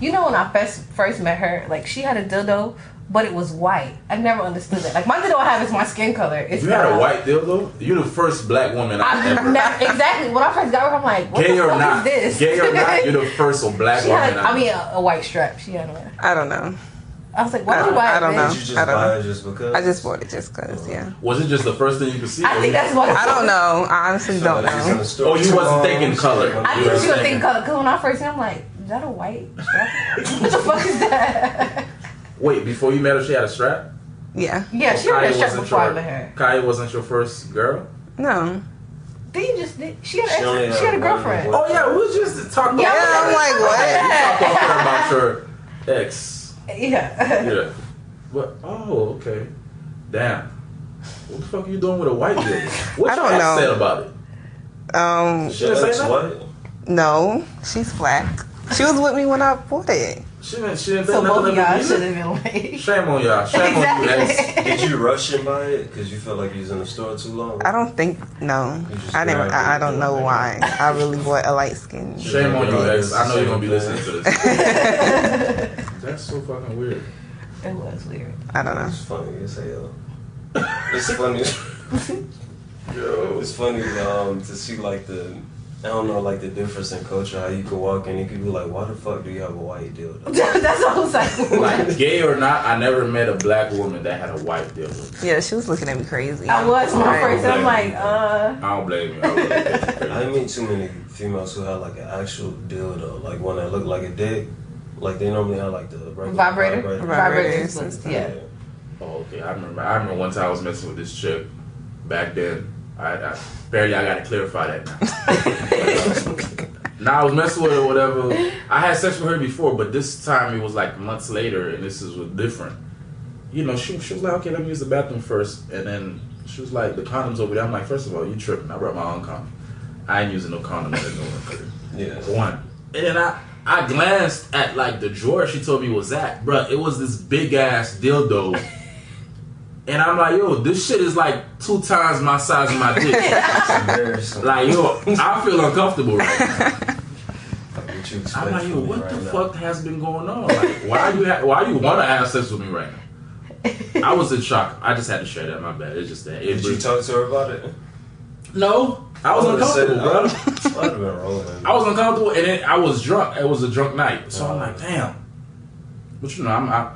S2: You know when I first first met her, like she had a dildo, but it was white. I never understood that. Like my dildo I have is my skin color. It's
S1: you had a
S2: not-
S1: white dildo. You're the first black woman I've
S2: I'm
S1: ever.
S2: not, exactly. When I first got her, I'm like, what
S1: Gay
S2: the
S1: or
S2: fuck
S1: not,
S2: is this?
S1: gay or not, you're the first black
S2: she
S1: woman.
S2: had, I
S1: I've-
S2: mean, a, a white strap. She had one.
S3: I don't know.
S2: I was like, why would you
S3: I-
S2: buy
S3: I don't
S2: this?
S3: know.
S4: Did you just
S3: I don't
S4: buy it just because?
S3: I just bought it just cause. Yeah,
S1: was it just the first thing you could see?
S2: I
S1: or
S2: think
S1: you-
S2: that's what.
S3: I don't know. I honestly
S4: So
S3: don't
S4: he's in the
S3: know.
S4: store
S1: Oh, you
S4: too
S1: wasn't
S4: long,
S1: thinking
S4: shit,
S1: color.
S4: I'm
S2: I
S1: You
S2: think
S1: was
S2: she was
S1: thinking-
S2: thinking color. Cause when I first seen, it, I'm like, is that a white strap? what the fuck is that?
S1: Wait, before you met her, she had a strap.
S3: Yeah.
S2: Yeah, she
S1: Kaya
S2: had a strap
S1: wasn't
S2: before I
S1: your-
S2: met her.
S1: Kaya wasn't your first girl.
S3: No.
S2: Then you just did. She had,
S4: She only
S2: an ex, she
S4: had
S2: had a
S4: one
S2: girlfriend.
S4: boy.
S1: Oh yeah, we was just talking.
S2: Yeah,
S1: about-
S3: I'm like, what?
S1: Talking about her about your ex.
S2: Oh, Yeah.
S1: Yeah. But oh, okay. Damn. What the fuck are you doing with a white girl? What
S3: I
S1: y'all
S3: don't know.
S1: upset about it?
S3: Um,
S4: She looks
S1: Say
S4: what?
S3: no. She's black. She was with me when I bought it.
S1: She didn't. She didn't
S2: So
S1: think
S2: both
S1: nothing
S2: of
S1: of
S2: y'all
S1: it
S2: should
S1: either.
S2: have been like.
S1: Shame on y'all. Shame on you. ex.
S4: Did
S2: Exactly.
S4: you rush and buy it because you felt like you was in the store too long?
S3: I don't think no.
S4: You just
S3: I didn't.
S4: grabbed
S3: I, I
S4: it.
S3: don't know why. I really want a light skin.
S1: Shame on you, ex. I know you're gonna be
S4: Yeah.
S1: listening to this. That's so fucking weird.
S2: It was weird.
S3: I don't know.
S4: It's funny as hell. It's funny.
S1: Yo.
S4: It's funny um, to see like the I don't know like the difference in culture. How you could walk in and you could be like, why the fuck do you have a white dildo?
S2: That's what I was like.
S1: Like gay or not, I never met a black woman that had a white deal. with.
S3: Yeah, she was looking at me crazy.
S2: I was when I
S3: Right.
S2: first. I'm like, uh.
S1: I don't blame you. I would've been
S4: I
S1: crazy.
S4: didn't meet too many females who had like an actual dildo, like one that looked like a dick. Like they normally have like the regular
S2: Vibrator.
S3: Right.
S2: Vibrators.
S3: Vibrators and stuff.
S2: Yeah.
S1: Oh, okay. I remember. I remember one time I was messing with this chick back then. I, I barely. I gotta clarify that now. Now I was messing with her, whatever. I had sex with her before, but this time it was like months later, and this is was different. You know, she, she was like, okay, let me use the bathroom first, and then she was like, the condom's over there. I'm like, first of all, you tripping? I brought my own condom. I ain't using no condom at no one.
S4: Yeah.
S1: One, and then I I glanced at like the drawer she told me was that, bruh. It was this big ass dildo. And I'm like, yo, this shit is like two times my size of my dick.
S4: It's embarrassing.
S1: like, yo, I feel uncomfortable right now.
S4: Like, what you expect
S1: I'm like, yo,
S4: from me
S1: what
S4: right
S1: the
S4: now?
S1: fuck has been going on? Like, why you ha- why you wanna have sex with me right now? I was in shock. I just had to share that. My bad. It's just that. It
S4: Did you
S1: was-
S4: talk to her about it?
S1: no, I was
S4: would've said-
S1: uncomfortable,
S4: I
S1: bro.
S4: would've- I would have been rolling.
S1: I was uncomfortable, and then I was drunk. It was a drunk night, so I'm
S4: Oh.
S1: like, damn. But you know, I'm I,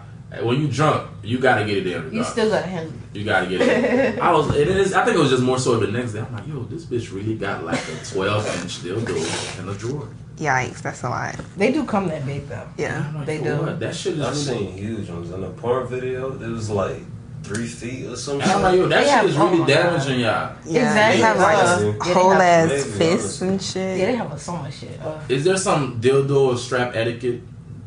S1: when you drunk, you gotta get it in.
S2: You
S1: regardless.
S2: still got to handle it.
S1: You gotta get it. I was. It is. I think it was just more so the next day. I'm like, yo, this bitch really got like a 12 inch dildo in the drawer.
S3: Yikes, that's a lot.
S2: They do come that big, though.
S1: And
S3: Yeah.
S1: I'm like,
S2: They
S1: for
S2: do.
S1: What? That shit
S4: I've
S1: is. Really,
S4: seen huge ones in a porn video. It was like three feet or something.
S1: and I'm like, yo, that
S2: They
S1: shit
S2: have-
S1: is
S2: oh
S1: really
S2: my God.
S1: damaging y'all.
S3: Yeah.
S2: Exactly.
S3: They have
S4: Yeah,
S3: like
S2: they
S3: whole
S2: have-
S3: ass
S4: Maybe,
S3: fists
S4: honestly.
S3: and
S2: Yeah, they
S3: shit.
S2: have so much shit. Uh,
S1: Is there some dildo or strap etiquette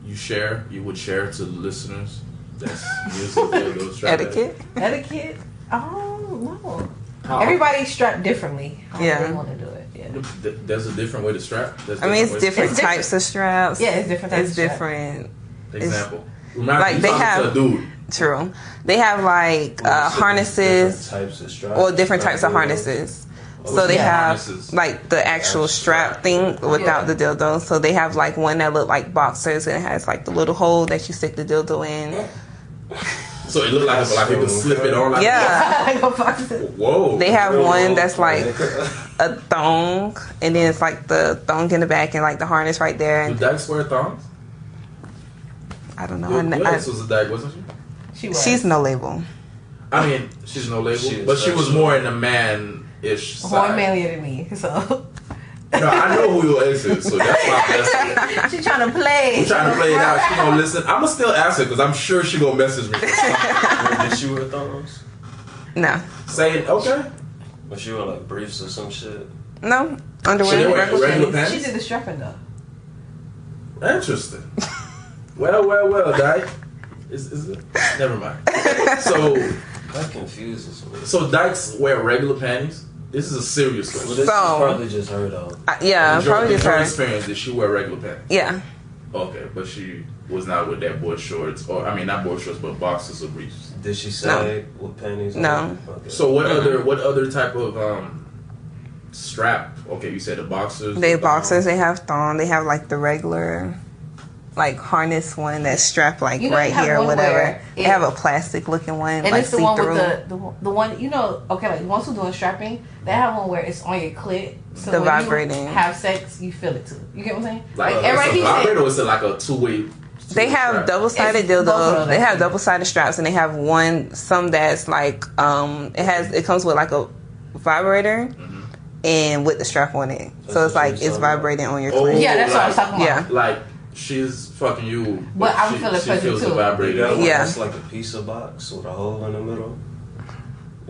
S1: you share? You would share to the listeners? That's uses dildo strap
S3: Etiquette.
S2: etiquette? Oh, no.
S1: How-
S2: Everybody's strapped differently. How
S3: Yeah.
S2: They want to do it. Yeah.
S1: Th- There's a different way to strap. There's
S3: I mean, it's
S1: ways-
S3: different
S2: It's different.
S3: types of straps.
S2: Yeah, it's different types
S3: It's
S2: of strap.
S3: different.
S1: Example. Remember,
S3: like,
S1: you
S3: they
S1: talking
S3: have-
S1: to a dude.
S3: True. They have like uh, harnesses
S4: Different types of straps.
S3: or different types of
S4: Dildos.
S3: harnesses. So they
S2: Yeah.
S3: have
S1: Harnesses.
S3: like the actual strap thing without
S2: Yeah.
S3: the dildo. So they have like one that look like boxers and it has like the little hole that you stick the dildo in.
S1: So it looked like like people slip it on. Like,
S3: Yeah.
S2: Like a box.
S1: Whoa.
S3: They have one that's like
S4: That's
S3: a thong and then it's like the thong in the back and like the harness right
S1: Do
S3: there.
S1: dykes wear thongs?
S3: I don't know.
S1: Your,
S3: I, kn-
S1: your
S3: I,
S1: ex was a dyke, wasn't she?
S2: She was.
S3: she's no label.
S1: I mean, she's no label,
S4: She is
S1: but she was
S4: actually-
S1: more in the man-ish
S2: more
S1: side.
S2: manlier than me, so
S1: No, I know who your ex is, so that's why I'm asking.
S2: she trying to play.
S1: I'm trying to play it out. She gonna listen. I'm gonna still ask her because I'm sure she gonna message me
S4: Did she wear thongs?
S3: No.
S1: saying, "Okay,
S4: Or she wear like briefs or some shit?
S1: So
S3: No.
S1: they
S3: Underwear.
S1: wear
S3: regular
S1: regular
S3: pants.
S2: She did the strapping though.
S1: interesting." Well, well, well, dyke. Is, is it? Never mind. So,
S4: That confuses me.
S1: so dykes wear regular panties. This is a serious
S4: Well,
S1: question.
S4: this is
S3: So-
S4: probably just her though.
S3: I- Uh, yeah,
S1: In your-
S3: probably
S1: in
S3: just
S1: your
S3: her.
S1: experience, did she wear regular pants?
S3: Yeah.
S1: Okay, but she was not with that boy shorts, or I mean, not boy shorts, but boxers or briefs.
S4: Did she say what panties? on?
S3: No.
S4: Okay.
S1: So, what other what other type of um strap? Okay, you said the boxers.
S3: They
S1: the
S3: have boxers, they have thong, they have like the regular like harness one that's strapped like
S2: You know, you
S3: right
S2: have
S3: here or
S2: one
S3: whatever.
S2: where
S3: They
S2: it-
S3: have a plastic looking one,
S2: And
S3: like
S2: it's the
S3: see
S2: one
S3: through.
S2: with the, the the one you know. Okay, like once we're doing strapping, they have one where it's on your clit. So when
S3: The
S2: you
S3: vibrating.
S2: have sex, you feel it too. You get what I'm saying?
S1: Like,
S2: Like,
S1: Uh, it's
S2: everybody
S1: a
S2: said-
S1: vibrator, or is it like a two way?
S3: they have double sided
S2: It's both of
S3: dildos.
S2: those,
S3: They have
S2: actually.
S3: double sided straps and they have one some that's like um it has it comes with like a vibrator and with the strap on it.
S4: That's
S3: so it's
S4: Mm-hmm. what
S3: like
S4: she was
S3: it's
S4: talking about.
S3: vibrating on your
S1: Oh.
S3: clit.
S2: Yeah, that's what I was
S1: Like-
S2: talking about.
S3: Yeah.
S1: Like she's fucking you,
S2: But I'm
S1: she,
S2: feeling
S1: she
S2: fuzzy
S1: feels
S2: too.
S1: the
S4: You got
S1: vibrator.
S4: one
S3: Yeah.
S4: that's like a pizza box with a hole in the middle.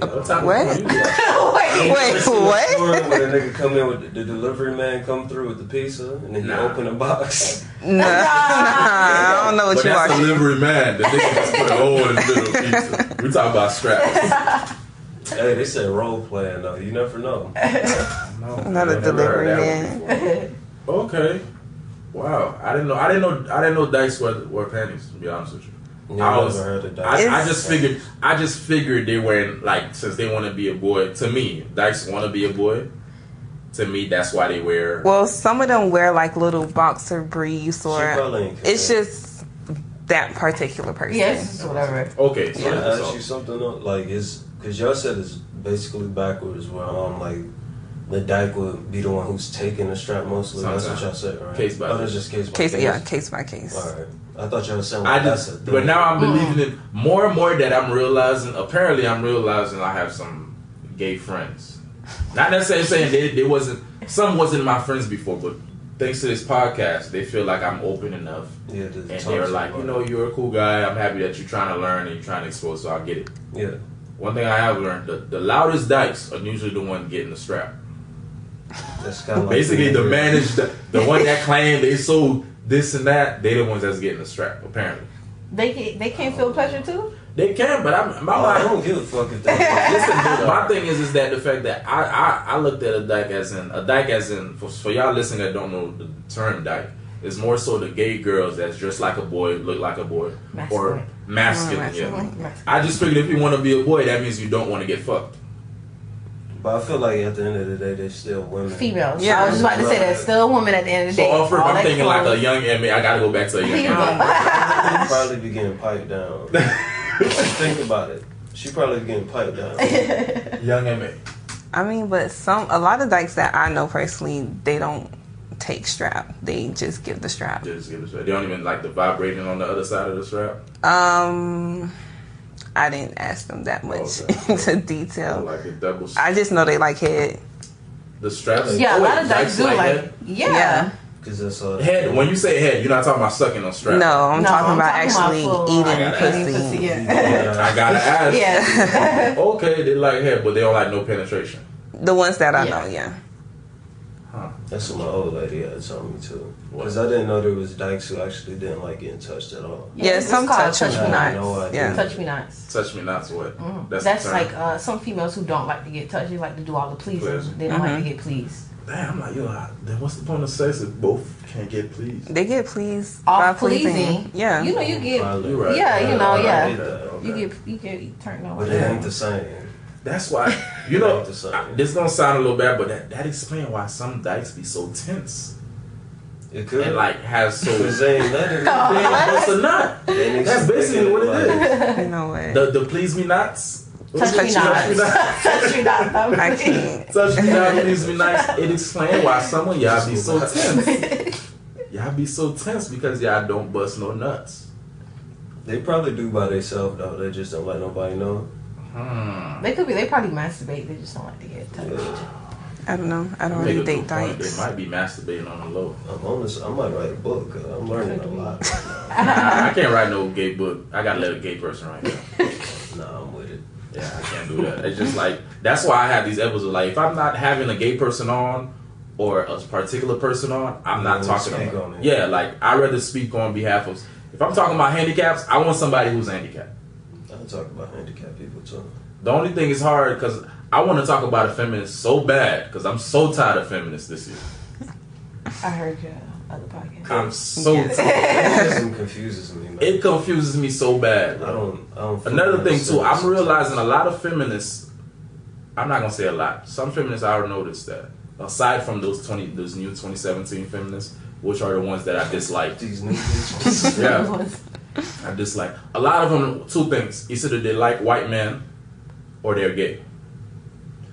S4: You know?
S1: What type
S3: What?
S1: of you like?
S2: Wait.
S3: Wait,
S4: Seen the store
S3: what?
S4: When a nigga come in with the, the delivery man come through with the pizza and then
S1: Nah.
S4: you open the box.
S3: Nah, nah, I don't know what
S1: But
S3: you
S1: that's
S3: are.
S1: delivery man. The nigga just put a hole in the middle of pizza. We talk about scraps.
S4: hey, they said role playing though. You never know.
S1: No,
S3: Not a
S1: I never heard
S3: delivery
S1: that
S3: man.
S1: one. Okay. Wow. I didn't know. I didn't know. I didn't know dice were, were panties. To be honest with you.
S4: You
S1: I
S4: never
S1: was-
S4: heard of that.
S1: I, I
S3: It's-
S1: just figured. I just figured they were like since they want to be a boy. To me, Dice want to be a boy. To me, that's why they wear.
S3: Well, some of them wear like little boxer briefs,
S4: She
S3: or
S4: probably ain't
S3: it's
S4: care.
S3: just that particular person.
S2: Yes, whatever.
S1: okay, so
S4: Can I
S1: that's
S4: ask
S1: all.
S4: you something else? Like, is because y'all said it's basically backwards where um like the dyke would be the one who's taking the strap mostly. That's
S1: Sometimes.
S4: what y'all said, right?
S1: Case by
S4: oh,
S1: case.
S4: that's just case by
S3: Case, yeah, case by case.
S4: All right. I thought y'all said
S1: I
S4: like, that's a
S1: just,
S4: thing.
S1: but now I'm believing it more and more that I'm realizing. Apparently, I'm realizing I have some gay friends. Not necessarily saying they, they wasn't some wasn't my friends before, but thanks to this podcast, they feel like I'm open enough,
S4: yeah, the
S1: and
S4: talks
S1: they're like, you
S4: about-
S1: know, you're a cool guy. I'm happy that you're trying to learn and you're trying to expose. So I get it.
S4: yeah.
S1: One thing I have learned: the, the loudest dykes are usually the one getting the strap.
S4: That's kind of
S1: Basically, the man is the, the one that claimed they sold this and that. They the ones that's getting the strap. Apparently,
S2: They can, they can't feel pleasure too.
S1: they can, but I'm my
S4: Oh, I
S1: mind.
S4: don't give a fuck if they.
S1: Listen, dude, my thing is is that the fact that I, I, I looked at a dyke as in a dyke as in for, for y'all listening that don't know the term dyke is more so the gay girls that's dressed like a boy, look like a boy,
S2: Masculine.
S1: or masculine.
S3: Or masculine.
S1: Yeah. I just figured if you want to be a boy, that means you don't want to get fucked.
S4: But I feel like at the end of the day, they're still women.
S2: Females.
S3: Yeah.
S2: Yeah, I was just about to say that. Still a woman at the end of the
S1: So
S2: day.
S1: off rip,
S2: All
S1: I'm
S2: that
S1: thinking like a
S2: clothes.
S1: young Emmy. I gotta go back to a young. Emmy.
S4: She'd probably be getting piped down. Think about it. She probably be getting piped down.
S1: Young Emmy.
S3: I mean, but some a lot of dykes that I know personally, they don't take strap. They just give the strap.
S1: Just give it a shot. They don't even like the vibrating on the other side of the strap.
S3: Um, I didn't ask them that much
S1: Okay.
S3: into
S1: Or,
S3: detail.
S1: Like the double.
S3: I just know they like head.
S1: the strap.
S2: yeah, a
S1: Oh, wait,
S2: lot of dykes do like,
S1: that?
S2: yeah.
S3: Yeah.
S4: Because that's all.
S1: head. When you say head, you're not talking about sucking on strap.
S3: No, I'm
S2: No,
S3: talking
S2: I'm
S3: about
S2: talking
S3: actually
S2: about full-
S3: eating
S1: I
S2: gotta eat
S3: pussy.
S2: pussy, yeah.
S4: Yeah.
S1: I gotta ask.
S2: Yeah.
S1: Okay, they like head, but they don't like no penetration.
S3: The ones that I
S2: Yeah.
S3: know, yeah.
S4: That's what my old lady had told me too. Because I didn't know there was dykes who actually didn't like getting touched at all.
S3: Yeah,
S2: it's
S3: some
S2: called
S3: touch me
S2: touch me
S3: not.
S4: not. No idea.
S3: yeah.
S2: Touch me nice.
S1: Touch me not's what?
S2: That's,
S1: the term.
S2: like uh, some females who don't like to get touched. They like to do all the pleasing.
S1: Pleasure.
S2: They don't
S3: Mm-hmm.
S2: like to get pleased.
S1: Damn, I'm like yo. I- Then what's the point of sex if both can't get pleased?
S3: They get pleased by
S2: Off
S3: pleasing.
S2: pleasing.
S3: Yeah.
S2: You know, you get
S4: Probably.
S1: You're right.
S2: Yeah, you
S1: Yeah,
S2: know,
S1: I
S2: yeah.
S1: get that. Okay.
S2: you get you get turned on.
S4: But it ain't the same.
S1: That's why you know
S4: Like the sun.
S1: I- this gonna sound a little bad, but that that explains why some dykes be so tense
S4: It could.
S1: and like have so.
S4: Because they ain't nothing.
S1: They ain't supposed to not. That's basically what it is.
S3: You know what?
S1: The the please me nots.
S2: Touch me
S1: Touch me
S2: not.
S1: not.
S2: touch me not. not
S3: I
S2: really.
S3: can't.
S1: Touch me not, please me nice. It explains why some of y'all be so tense. Y'all be so tense because y'all don't bust no nuts.
S4: They probably do by themselves though. They just don't let nobody know.
S1: Hmm.
S2: They could be. They probably masturbate. They just don't like to get touched.
S3: I don't know. I don't
S1: Make a
S3: really
S1: good
S3: date
S1: point.
S3: dykes.
S1: They might be masturbating on the low.
S4: I'm on this. I might write a book. 'cause I'm learning a lot.
S1: Nah, I can't write no gay book. I gotta let a gay person write that.
S4: Nah, I'm with it.
S1: Yeah, I can't do that. It's just like that's why I have these episodes. Like if I'm not having a gay person on or a particular person on, I'm not
S4: You wanna
S1: talking
S4: speak
S1: about.
S4: on it.
S1: Yeah, like I rather speak on behalf of. If I'm talking about handicaps, I want somebody who's handicapped.
S4: I talk about handicapped people too.
S1: The only thing is hard because I want to talk about a feminist so bad because I'm so tired of feminists this year.
S2: I heard your other podcast.
S1: I'm so
S3: Yes.
S1: tired.
S4: It confuses me. Man.
S1: It confuses me so bad.
S4: I don't. I don't.
S1: Another thing
S4: understand
S1: too, I'm
S4: sometimes.
S1: realizing a lot of feminists. I'm not gonna say a lot. Some feminists I already noticed that. Aside from those twenty, those new 2017 feminists, which are the ones that I dislike.
S4: These new bitches.
S1: Yeah, I dislike. A lot of them. Two things: either they like white men, or they're gay.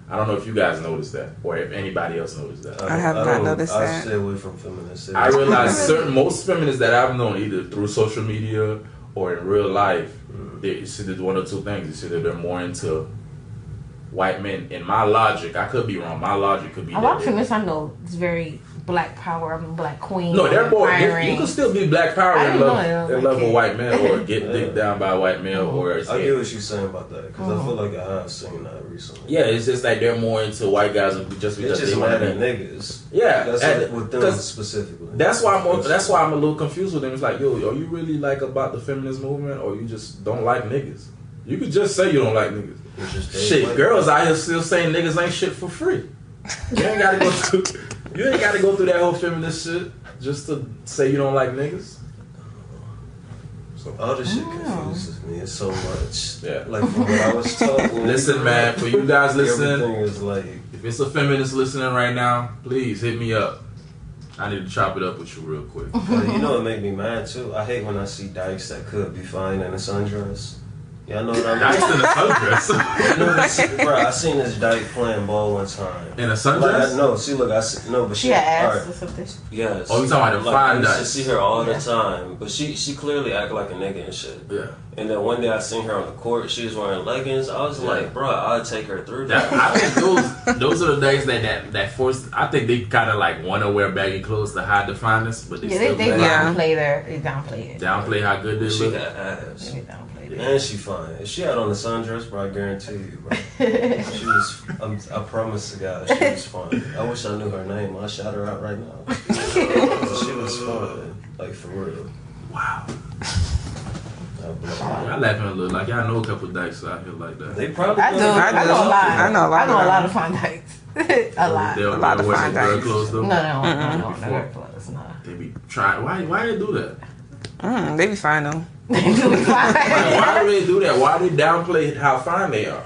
S1: I don't know if you guys noticed that, or if anybody else noticed that.
S4: don't-
S3: I have not
S4: don't-
S3: noticed
S4: Oh, I
S3: that.
S4: stay away from feminists.
S1: I realize certain most feminists that I've known, either through social media or in real life,
S4: Mm.
S1: they it's either one or two things. It's either they're more into white men. In my logic, I could be wrong. My logic could be
S2: A lot
S1: that
S2: of
S1: they-
S2: feminists I know is very black power, I'm a black queen.
S1: No, they're more.
S2: firing.
S1: You can still be black power
S2: I
S1: and
S2: didn't
S1: love,
S2: know it.
S1: and love a
S2: Okay.
S1: white man or get
S4: Yeah.
S1: dicked down by a white male or
S4: I get what you're saying about that because I
S3: Oh.
S4: feel like I've seen that recently.
S1: yeah, it's just like they're more into white guys just
S4: It's
S1: because
S4: just
S1: they
S4: a
S1: want
S4: matter of
S1: to be.
S4: niggas.
S1: Yeah,
S4: that's
S1: and-
S4: like with them
S1: 'cause
S4: specifically.
S1: That's why I'm. more- That's why I'm a little confused with them. It's like, yo, are you really like about the feminist movement, or you just don't like niggas? You could just say you don't like niggas.
S4: It's just they
S1: Shit,
S4: like-
S1: girls out here still saying niggas ain't shit for free. You ain't gotta go through. You ain't gotta go through that whole feminist shit just to say you don't like niggas. So uh,
S4: All this
S3: Oh.
S4: shit confuses me so much.
S1: Yeah.
S4: Like from what I was told. when we
S1: listen,
S4: grew
S1: man.
S4: up,
S1: For you guys listening,
S4: Everything is like
S1: if it's a feminist listening right now, please hit me up. I need to chop it up with you real quick.
S4: Uh, you know, it make me mad too. I hate when I see dykes that could be fine in a sundress. Y'all know what I mean?
S1: Nice in a sundress.
S4: No, this- Bro, I seen this dyke playing ball one time.
S1: In a
S4: Like, I,
S1: sundress.
S4: no, see, look, I see, no, but
S2: She had
S4: all
S2: ass
S4: right.
S2: or something.
S4: Yes.
S1: Oh, you talking about the
S4: like,
S1: fine
S4: I used to
S1: dyke.
S4: see her all
S2: Yeah.
S4: the time, but she she clearly act like a nigga and shit.
S1: Yeah.
S4: And then one day I seen her on the court. She was wearing leggings. I was
S1: Yeah.
S4: like, bro, I'll take her through
S1: That-
S4: that.
S1: I think those those are the days that that, that forced. I think they kind of like want to wear baggy clothes to hide the fineness, but they
S2: Yeah, they,
S1: still
S2: they
S1: down-
S3: Yeah.
S2: downplay their, they downplay it.
S1: downplay how good they
S4: she
S1: look.
S4: got ass.
S2: They downplay it.
S4: And she fine. If she had on a sundress, bro, I guarantee you, bro. She was, I'm, I promise to God, she was fine. I wish I knew her name. I'll shout her out right now. she was fine. Like, for real.
S1: Wow,
S4: I blow.
S1: y'all laughing a little like y'all know a couple dykes out here like that.
S4: They probably
S2: I do.
S4: don't-
S2: I,
S3: I do.
S2: know a lot.
S3: I know a lot
S2: I know
S3: of
S2: a lot
S3: them.
S2: of fine dykes. a lot.
S1: They'll-
S3: A lot
S1: they'll
S3: of
S1: wear
S3: fine
S1: some girl
S3: dykes.
S1: clothes though.
S2: No, no, no,
S3: Mm-hmm.
S2: no,
S1: Mm-mm.
S2: no, no, clothes, no.
S1: They be trying. Why? Why they do that?
S3: Mm, they be fine though.
S2: They do be
S1: Like,
S2: fine.
S1: why do they do that? Why they downplay how fine they are?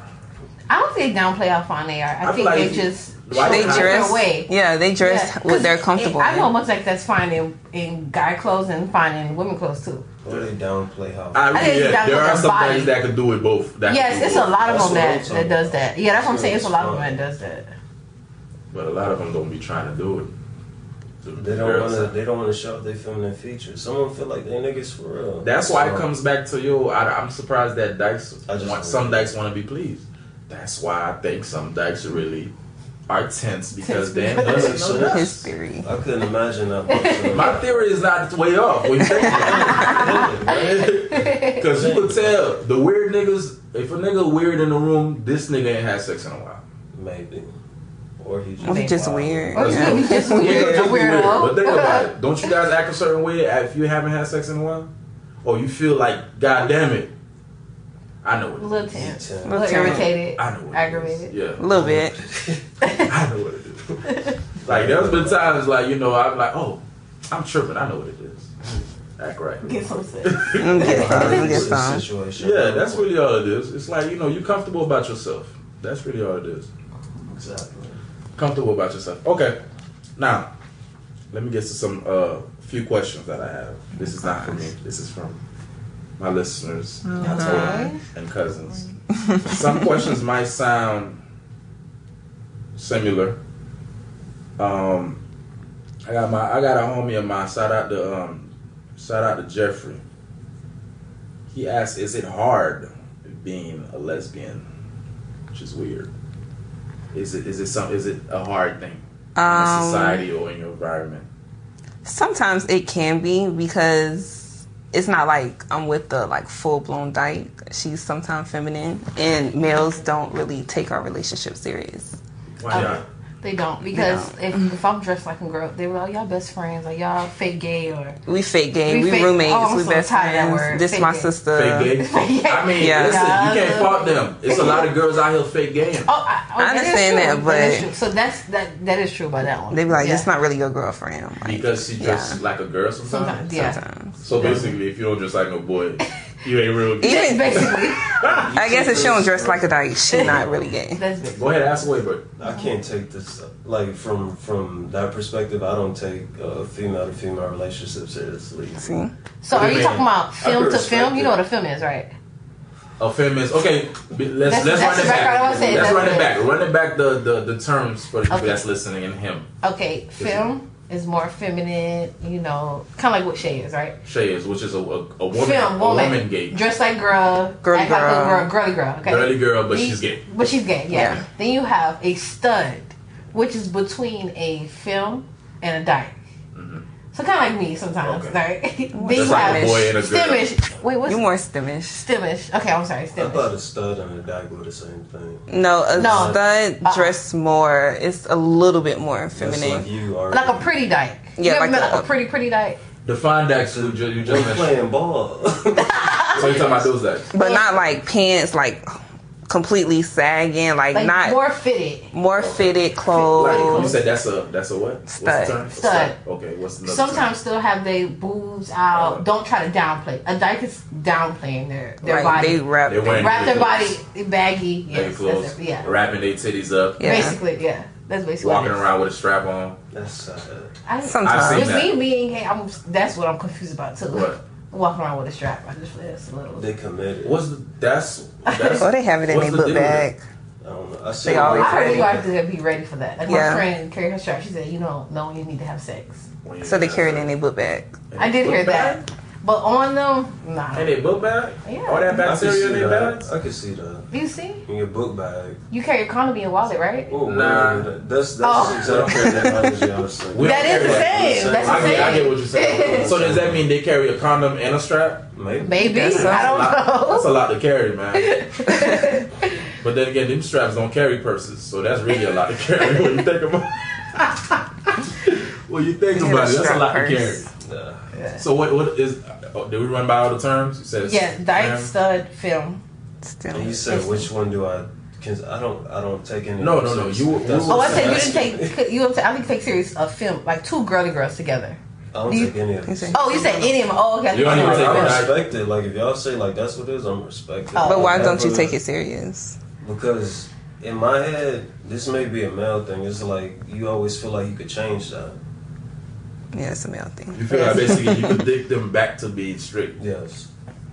S2: I don't think downplay how fine they are. I,
S1: I
S2: think
S1: feel like
S2: they just
S1: why
S3: They
S1: don't
S2: show
S1: I-
S2: their
S3: dress.
S2: way.
S3: Yeah, they dress
S2: Yeah, 'cause
S3: what they're
S2: it-
S3: comfortable.
S2: I
S3: in.
S2: know much like that's fine in, in guy clothes and fine in women clothes too.
S4: Or they downplay how.
S1: I,
S2: I think
S1: yeah,
S2: that's
S1: there
S2: what
S1: are
S2: the
S1: some
S2: body-
S1: things that could do it both. That could
S2: yes,
S1: do
S2: it's
S1: both.
S2: a lot of
S4: That's
S2: them
S4: what I'm
S2: that,
S4: talking
S2: that does
S4: about.
S2: that. Yeah, that's what I'm saying. It's a lot of them
S4: Fine.
S2: that does that.
S1: But a lot of them don't be trying to do it.
S4: They don't want to. They don't want to show off their feminine features. Some of them feel like they niggas for real.
S1: That's why it
S4: So,
S1: comes back to yo. I, I'm surprised that Dykes
S4: I just
S1: want, some Dykes want to be pleased. That's why I think some Dykes really are tense because they ain't hustling no
S4: Tense.
S3: His
S1: nuts.
S3: theory.
S4: I couldn't imagine that.
S1: My theory is not way off when you think because you could tell the weird niggas. If a nigga weird in the room, this nigga ain't had sex in a while.
S4: Maybe. Or he just,
S3: Or he just
S4: wild.
S3: weird.
S2: Or
S3: Yeah.
S2: you Oh, just weird,
S1: Nigga
S2: a
S1: just be weird.
S2: weirdo.
S1: But think about it. Don't you guys act a certain way if you haven't had sex in a while, or you feel like, God damn it, I know
S2: A
S1: what. It
S2: little
S4: He
S2: tense, a
S4: ten.
S2: little
S3: Little tense.
S2: irritated,
S1: is. I know what. It is.
S2: aggravated.
S1: Yeah.
S3: A little bit.
S1: I know what it is. like there's been times like you know I'm like oh I'm tripping I know what it is. Act right.
S2: Get some sense.
S3: Mm, get some. mm, Get
S4: It's a
S3: some.
S4: situation.
S1: Yeah, that's really all it is. It's like you know you comfortable about yourself. That's really all it is.
S4: Exactly.
S1: Comfortable about yourself. Okay, now let me get to some uh few questions that I have. This is not for me. This is from my listeners
S3: Uh-huh.
S2: Okay.
S1: and cousins. Some questions might sound similar. Um, I got my I got a homie of mine. Shout out to um, shout out to Jeffrey. He asked, "Is it hard being a lesbian?" Which is weird. Is it is it some is it a hard thing in
S3: Um,
S1: society or in your environment?
S3: Sometimes it can be because it's not like I'm with the like full blown dyke. She's sometimes feminine, and males don't really take our relationship serious.
S1: Why
S2: Okay.
S1: not?
S2: They don't because if, if I'm dressed like a girl, they were like, y'all best friends, like y'all fake gay or
S3: We fake gay.
S2: We
S3: We,
S2: fake-
S3: roommates.
S2: oh, I'm
S3: we
S2: so
S3: best
S2: tired of that
S3: friends.
S2: word,
S3: This
S2: fake
S3: my
S2: gay.
S3: sister.
S1: fake gay.
S2: yeah.
S1: I mean,
S3: Yeah.
S1: listen, you can't
S2: Yeah.
S1: fault them. It's a lot of girls out here fake gaying.
S2: Oh, I, oh,
S3: I
S2: that is
S3: understand that,
S2: true.
S3: but-
S2: is true. so that's that that is true by that one.
S3: They be like,
S2: yeah.
S3: "It's not really your girlfriend." Like,
S1: Because she dressed like a girl sometimes.
S2: sometimes, yeah,
S3: sometimes.
S1: So basically, if you don't dress like no boy, you ain't real gay.
S2: That's
S3: Even,
S2: basically
S3: I guess if she don't dress like a dyke, she not really gay.
S2: that's basically.
S1: Go ahead, ask away, but
S4: I can't take this like from from that perspective. I don't take uh, female to female relationships seriously.
S3: See,
S2: So are you
S1: Man,
S2: talking about
S4: I
S2: film
S4: could
S2: to
S4: respect
S2: film? You know
S4: it.
S2: what a film is, right?
S1: a feminist. Okay, b- let's let's
S2: That's- that's
S1: run it
S2: the background I
S1: back.
S2: was saying,
S1: Let's
S2: that's
S1: run it
S2: it.
S1: back. Run it back the the, the terms for the people
S2: Okay.
S1: that's listening and him.
S2: Okay, film is more feminine. You know, kind of like what Shay is, right?
S1: Shay is, which is a, a, a woman,
S2: film woman,
S1: a woman gay,
S2: dressed like girl,
S3: Girly
S2: act like a
S3: girl.
S2: girl, girly girl. Okay,
S1: girly girl, but
S2: Then-
S1: she's gay.
S2: But she's gay. Yeah.
S3: Yeah.
S2: Then you have a stud, which is between a film and and a dyke. So kind of like me sometimes,
S1: Mm-hmm. Okay.
S2: right? then
S3: That's
S2: you
S3: like a
S2: have
S1: boy and a girl.
S2: Stimish. Wait, what's
S3: You more stimmish.
S2: Stimish? Okay, I'm sorry,
S4: I
S2: Stimish.
S4: thought a stud and a dyke were the same thing.
S3: No, a
S2: No.
S3: stud
S2: Uh-uh.
S3: dress more. It's a little bit more
S4: That's
S3: feminine.
S4: like you are.
S2: Like a pretty dyke.
S3: Yeah,
S2: you ever
S3: like
S2: met
S3: a-
S2: like a pretty pretty dyke?
S1: Define Dax. who ju- You
S4: We
S1: just mentioned.
S4: playing ball.
S1: So you talking about those Dax?
S3: but not like pants like completely sagging, like,
S2: Like
S3: not more,
S2: more fitted.
S1: Like, you
S3: fitted clothes.
S1: said that's a that's a what? What's the
S3: Stud.
S1: term? A
S2: Oh. Stud.
S1: Okay, what's the
S2: Sometimes still have they boobs out. Don't try to downplay. A dyke is downplaying their their
S3: like
S2: body.
S3: they wrap.
S1: They wearing
S2: Wrap their body
S1: clothes.
S2: baggy.
S1: Yes,
S2: Yes,
S1: clothes,
S2: that's it. yeah.
S1: wrapping their titties up,
S3: Yeah.
S2: Basically, yeah. That's basically
S1: walking
S2: what it is.
S1: around with a strap on.
S4: That's sad.
S2: I,
S3: Sometimes.
S1: I've seen
S2: with
S1: that.
S2: me being gay, I'm, that's what I'm confused about too.
S1: What?
S2: Walking around with a strap. I just that's a little.
S4: They committed.
S1: What's the, that's that's
S3: Oh, they have it in
S1: What's the
S3: their book
S1: deal with
S3: bag.
S4: I don't know. I
S3: They
S4: see
S3: always
S2: I
S3: ready.
S2: really have to be ready for that. Like
S3: Yeah.
S2: my friend carried her strap. She said, "You don't know when you need to have sex."
S1: When you-
S3: So they carry it in their book bag.
S2: I did hear
S1: Book bag?
S2: that, but on them, nah.
S1: And they book bag?
S2: Yeah.
S1: All that
S4: I can
S1: bacteria in
S4: see
S1: their
S4: that.
S1: bags?
S4: I can see that.
S2: You see,
S4: In your book bag.
S2: you carry a condom in your wallet, right?
S4: Oh,
S1: Nah.
S4: nah. That's that's
S2: Oh.
S4: exactly the analogy I was thinking.
S1: We
S2: That
S1: don't
S2: is the
S1: carry
S2: same. That's
S1: I
S2: the
S1: get,
S2: same.
S1: I get what you're saying.
S4: Same.
S1: so does that mean they carry a condom and a strap?
S4: Maybe.
S2: Maybe
S3: That's
S2: I don't
S1: That's
S2: know.
S1: a lot to carry, man. but then again, them straps don't carry purses, so that's really a lot to carry when you think about. when you think
S3: Yeah,
S1: about it, that's a
S3: strap
S1: lot to
S3: purse.
S1: carry.
S4: Nah.
S1: So what? What is? Oh, did we run by all the terms? You said it's-
S2: yeah, dyke
S1: um,
S2: stud film.
S3: Still,
S4: And you said which one do I? Cause I don't. I don't take any.
S1: No, no, no, you-
S4: That's
S1: you-
S2: Oh, I
S4: what
S2: said
S4: I'm
S2: you didn't take. You, I think take serious a film like two girly girls together.
S4: I don't
S2: you-
S4: take any of
S3: you
S4: this.
S3: said-
S2: Oh, you said any of them? Oh, okay.
S1: You don't even
S4: Like,
S1: take
S4: I'm
S1: it.
S4: respected. Like if y'all say like that's what it is, I'm respected.
S2: Oh.
S3: But why don't you
S4: Never-
S3: take it serious?
S4: Because in my head, this may be a male thing. It's like you always feel like you could change that.
S3: Yeah, it's a male thing.
S1: You feel like basically you could dig them back to being straight.
S4: Yes,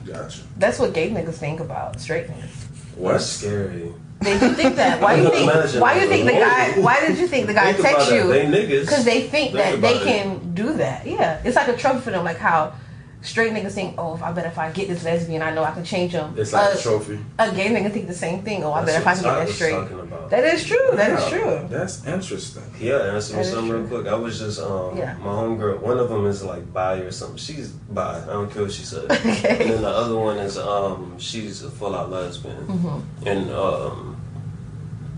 S1: Gotcha.
S2: That's what gay niggas think about straight niggas.
S4: that's
S1: What?
S4: scary.
S2: They do think that. Why do you think?
S4: Imagine
S2: Why you think the
S4: that.
S2: guy? Why did you think the guy
S4: Think about
S2: text
S4: that. They
S2: you?
S4: niggas
S2: Because they think that they
S4: about it.
S2: can do that. Yeah, it's like a trophy for them. Like how straight niggas think, oh, if I bet if I get this lesbian, I know I can change them.
S1: It's like
S2: a,
S1: a trophy.
S2: a gay nigga think the same thing. Oh, I bet
S4: That's
S2: if I can
S4: what
S2: get
S4: Todd
S2: that
S4: was
S2: straight.
S4: talking about.
S2: That is true. That is
S1: Wow,
S2: true.
S1: That's interesting.
S4: Yeah, answer
S2: That
S4: me
S2: is
S4: something real
S2: true.
S4: quick. I was just um
S2: Yeah.
S4: my homegirl. One of them is like bi or something. She's bi. I don't care what she said.
S2: Okay.
S4: And then the other one is um she's a full out lesbian.
S2: Mm-hmm.
S4: And um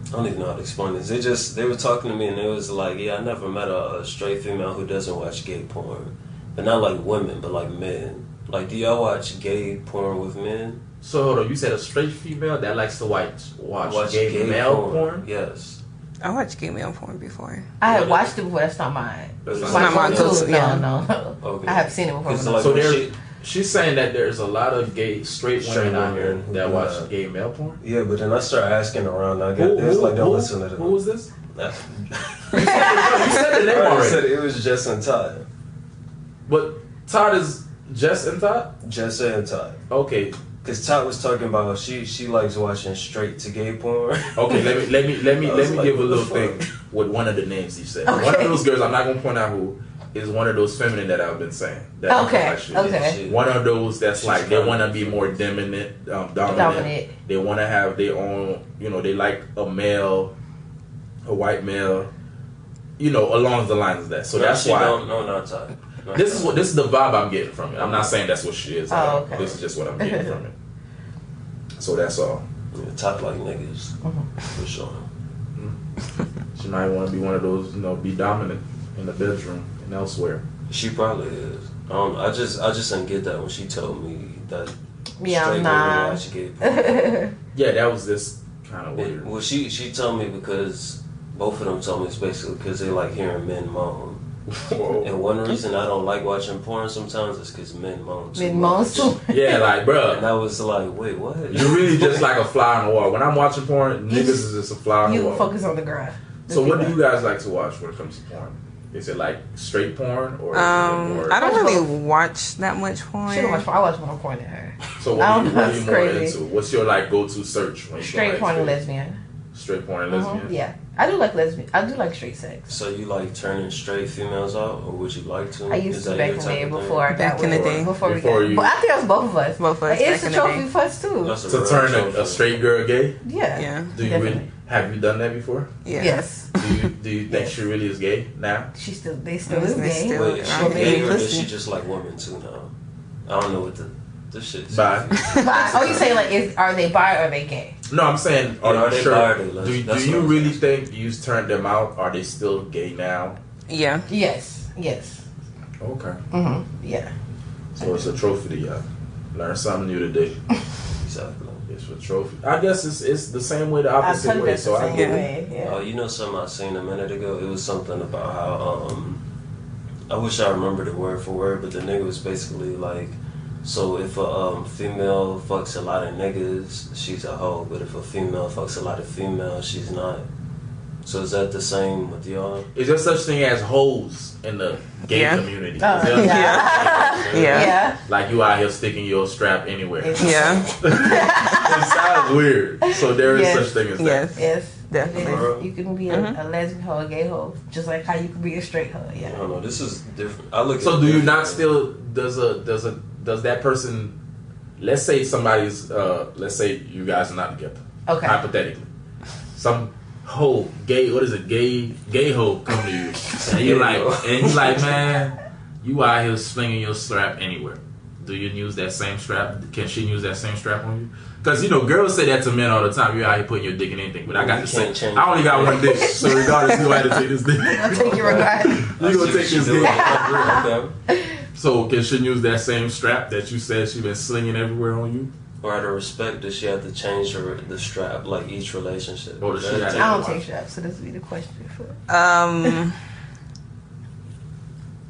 S4: I don't even know how to explain this. They just they were talking to me and it was like, yeah, I never met a, a straight female who doesn't watch gay porn, but not like women, but like men. Like, do y'all watch gay porn with men?
S1: So hold on, you said a straight female that likes to watch watch, gay, male porn.
S4: Yes.
S3: I watched gay male porn before.
S2: I have
S4: Yeah.
S2: watched it before. That's not mine.
S1: That's
S4: It's
S1: not-
S3: not my
S2: phone too.
S3: go-to, yeah.
S2: No, no.
S4: Okay.
S2: I have seen it before.
S4: It's
S2: but
S4: like
S1: So
S4: when
S1: there-
S4: she-
S1: She's saying that there's a lot of gay straight women
S4: Straight
S1: out here
S4: women who
S1: that
S4: do
S1: watch
S4: that.
S1: gay male porn.
S4: Yeah, but then I start asking around. I got this like don't listen to them.
S1: who was this?
S4: Nah.
S1: You said the
S4: I
S1: name
S4: already said
S1: already.
S4: it was Jess and Todd.
S1: But Todd is Jess and Todd.
S4: Jess and Todd.
S1: Okay,
S4: Cause Todd was talking about how she she likes watching straight to gay porn.
S1: okay. let me let me let me
S4: I
S1: let
S4: was
S1: me
S4: like,
S1: give a
S4: what the
S1: little thing with one of the names you said. One of
S2: Okay.
S1: those girls, I'm not gonna point out who, is one of those feminine that I've been saying. That I feel
S2: Okay.
S1: like she-
S2: Okay.
S4: She-
S1: One of those that's
S4: She's
S1: like they
S4: fine.
S1: want to be more dominant, um, dominant.
S2: Dominant.
S1: They want to have their own. You know, they like a male, a white male. You know, along the lines of that. So
S4: No,
S1: that's
S4: she
S1: why
S4: Don't, no, not Todd. Not
S1: this is
S4: Todd.
S1: what this is the vibe I'm getting from it. I'm not saying that's what she is.
S2: Oh,
S1: I don't-
S2: okay.
S1: This is just what I'm getting from it. So that's all.
S4: Yeah, Todd like niggas for sure.
S1: She might want to be one of those. You know, be dominant in the bedroom and elsewhere.
S4: She probably is. Um, I just I just didn't get that when she told me that.
S2: Yeah,
S4: straight
S2: nah.
S4: Women watch gay porn.
S1: Yeah, that was this kind of
S4: It-
S1: weird.
S4: well, she she told me because both of them told me it's basically because they like hearing men moan.
S1: Whoa.
S4: And one reason I don't like watching porn sometimes is because men moan. too
S2: Men moan
S4: much.
S2: too.
S1: Yeah, like
S4: And
S1: bruh,
S4: I was like, wait, what?
S1: you're really just like a fly on the wall. When I'm watching porn, niggas is just a fly on the
S2: You
S1: wall.
S2: focus on the girl.
S1: So what do you guys like to watch when it comes to porn? Is it like straight porn or?
S3: Um,
S1: or
S3: I don't
S2: Watch
S3: really
S2: both.
S3: watch that much porn.
S2: She don't watch. I watch more porn than her.
S1: so what are you,
S2: I don't
S1: what
S2: know,
S1: are you
S2: it's
S1: more
S2: crazy.
S1: into? What's your like go-to search when you go
S2: Straight
S1: like
S2: porn and
S1: straight-
S2: lesbian.
S1: Straight porn and
S2: Mhm,
S1: lesbian.
S2: Yeah, I do like lesbian. I do like straight sex.
S4: So you like turning straight females out, or would you like to?
S2: I used
S4: Is
S2: to
S4: that
S2: back
S4: your
S2: in the
S4: type
S2: day
S4: of thing?
S2: before I got
S3: Back in the
S2: with-
S3: day.
S2: Before,
S1: Before
S2: we
S1: you-
S2: got, but I think it was both of us.
S3: Both of us
S2: Like, it's
S3: back
S2: a
S3: in the
S2: trophy
S3: day.
S2: for us too.
S4: That's
S1: To
S4: real
S1: turn
S4: trophy.
S1: a, a straight girl gay?
S2: Yeah.
S3: Yeah.
S1: Do you
S2: Definitely.
S1: really? Have you done that before?
S3: Yeah.
S5: Yes.
S1: Do you do you think she really is gay now?
S5: She still, they still
S3: Yes,
S5: is
S3: they
S5: gay.
S3: still-
S4: Wait, is she
S3: I'm
S4: gay or does
S3: pussy.
S4: she just like women too now? I don't know what the this shit. is.
S1: Bye.
S2: Bi- oh, you say like, is are they bi or are they gay?
S1: No, I'm saying, are
S4: Yeah, are
S1: you
S4: they
S1: sure?
S4: bi or they
S1: Do,
S4: lesbian?
S1: do you
S4: That's what I'm
S1: really think you turned them out? Are they still gay now?
S3: Yeah.
S2: Yes, yes,
S1: Okay.
S2: hmm
S3: Mm-hmm.
S2: yeah.
S1: So it's a trophy to y'all. Learn something new today.
S4: Exactly.
S1: It's a trophy. I guess it's it's the same way, the
S2: I
S1: opposite
S2: took
S1: way.
S2: this
S1: So
S2: the
S1: I
S2: same
S1: get it.
S2: way.
S4: Oh,
S2: Yeah.
S4: you know something I seen a minute ago? It was something about how um I wish I remembered the word for word, but the nigga was basically like so if a um, female fucks a lot of niggas, she's a hoe, but if a female fucks a lot of females, she's not. So is that the same with y'all?
S1: Is there such thing as hoes in the gay
S3: Yeah.
S1: community?
S2: Oh,
S1: Is there-
S3: yeah. Yeah.
S2: Yeah.
S1: Like you out here sticking your strap anywhere.
S3: Yeah.
S1: it sounds weird. So there is
S2: Yes.
S1: such thing as that.
S3: Yes.
S2: Yes.
S3: Definitely.
S2: Yes. You can be a,
S3: Mm-hmm.
S2: a lesbian hoe, a gay hoe, just like how you can be a straight hoe.
S4: I
S2: Yeah.
S4: don't know. This is different. I look. at
S1: So
S4: it
S1: do you
S4: different.
S1: not still does a does a does that person let's say somebody's uh let's say you guys are not together.
S2: Okay.
S1: Hypothetically. Some hoe, gay what is it, gay gay hoe come to you. And you like and you like, man, you out here slinging your strap anywhere. Do you use that same strap? Can she use that same strap on you? Because you know, girls say that to men all the time. You're out here putting your dick in anything, but I got
S4: You
S1: the
S4: can't
S1: same.
S4: change
S1: I only got one dick, so regardless who I had to take this dick,
S2: I'll take your regard.
S1: you're
S4: I see
S1: gonna
S4: what
S1: take
S4: you
S1: this
S4: doing.
S1: dick.
S4: okay.
S1: So can she use that same strap that you said she been slinging everywhere on you?
S4: Or out of respect, does she have to change her, the strap like each relationship?
S1: Or does she have
S4: That-
S1: to-
S2: I don't take straps, so this would be the question for.
S3: Um.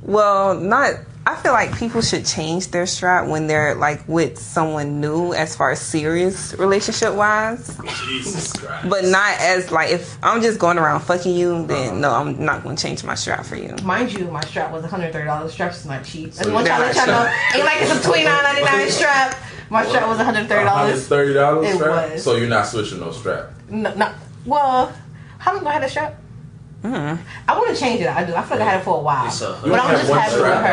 S3: Well, not. I feel like people should change their strap when they're like with someone new, as far as serious relationship wise.
S1: Jesus Christ!
S3: But not as like if I'm just going around fucking you,
S1: Uh-huh.
S3: then no, I'm not going to change my strap for you.
S2: Mind you, my strap was $130. Straps is not cheap. That's
S1: So
S2: one
S1: you-
S2: time I let y'all know. Ain't like it's a $29.99 strap. My strap was $130.
S1: thirty dollars
S2: It
S1: strap.
S2: was.
S1: So you're not switching no strap.
S2: No, no. Well, how long ago I had a strap?
S3: Mm-hmm.
S2: I want to change it. I do. I feel like I had it for a while.
S4: It's a-
S1: You only
S2: But I'm
S1: have
S2: just
S1: one
S2: happy with
S1: strap.
S2: her.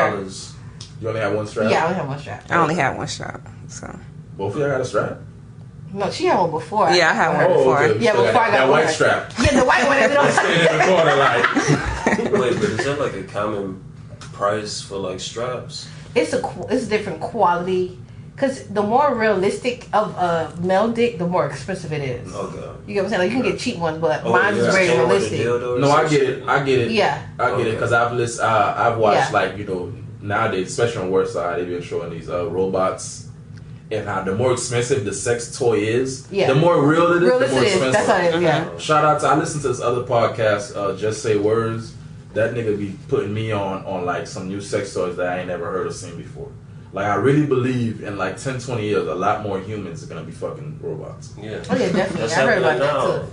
S1: You only have one strap.
S2: Yeah, I only have one strap.
S3: I only had one strap, so
S1: Both of y'all got a strap. Oh,
S2: No, she had one before.
S3: Yeah, I had one.
S2: Right.
S3: Before.
S1: okay.
S2: Yeah,
S1: So
S2: before
S1: that,
S2: I got
S1: that white
S2: one.
S1: strap.
S2: Yeah, the white one that we
S1: in the corner,
S2: don't.
S1: like
S4: Wait, but is that like a common price for like straps?
S2: It's a qu- it's different quality. Cause the more realistic of a male dick, the more expensive it is.
S4: Okay.
S2: You get what I'm saying? Like you can get cheap ones, but
S4: Oh,
S2: mine's
S4: yeah.
S2: is very
S4: Came with a
S2: realistic.
S4: dildo or
S1: no, I
S4: some
S1: get
S4: shit?
S1: it. I get it.
S2: Yeah.
S1: I get it because I've list, uh, I've watched
S2: Yeah.
S1: like you know nowadays, especially on Worst Side, they've been showing these uh, robots. And how the more expensive the sex toy is,
S2: Yeah.
S1: the more real it is, the
S2: Realistic
S1: more
S2: it is.
S1: expensive.
S2: That's how it is. Yeah.
S1: Shout out to I listened to this other podcast, uh, Just Say Words. That nigga be putting me on on like some new sex toys that I ain't never heard or seen before. Like I really believe in like 10, 20 years, a lot more humans are gonna be fucking robots.
S4: Yeah.
S2: Oh yeah, definitely.
S4: That's
S2: I heard about
S4: happening now.
S2: that too.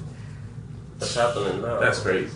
S4: That's happening now.
S1: That's crazy.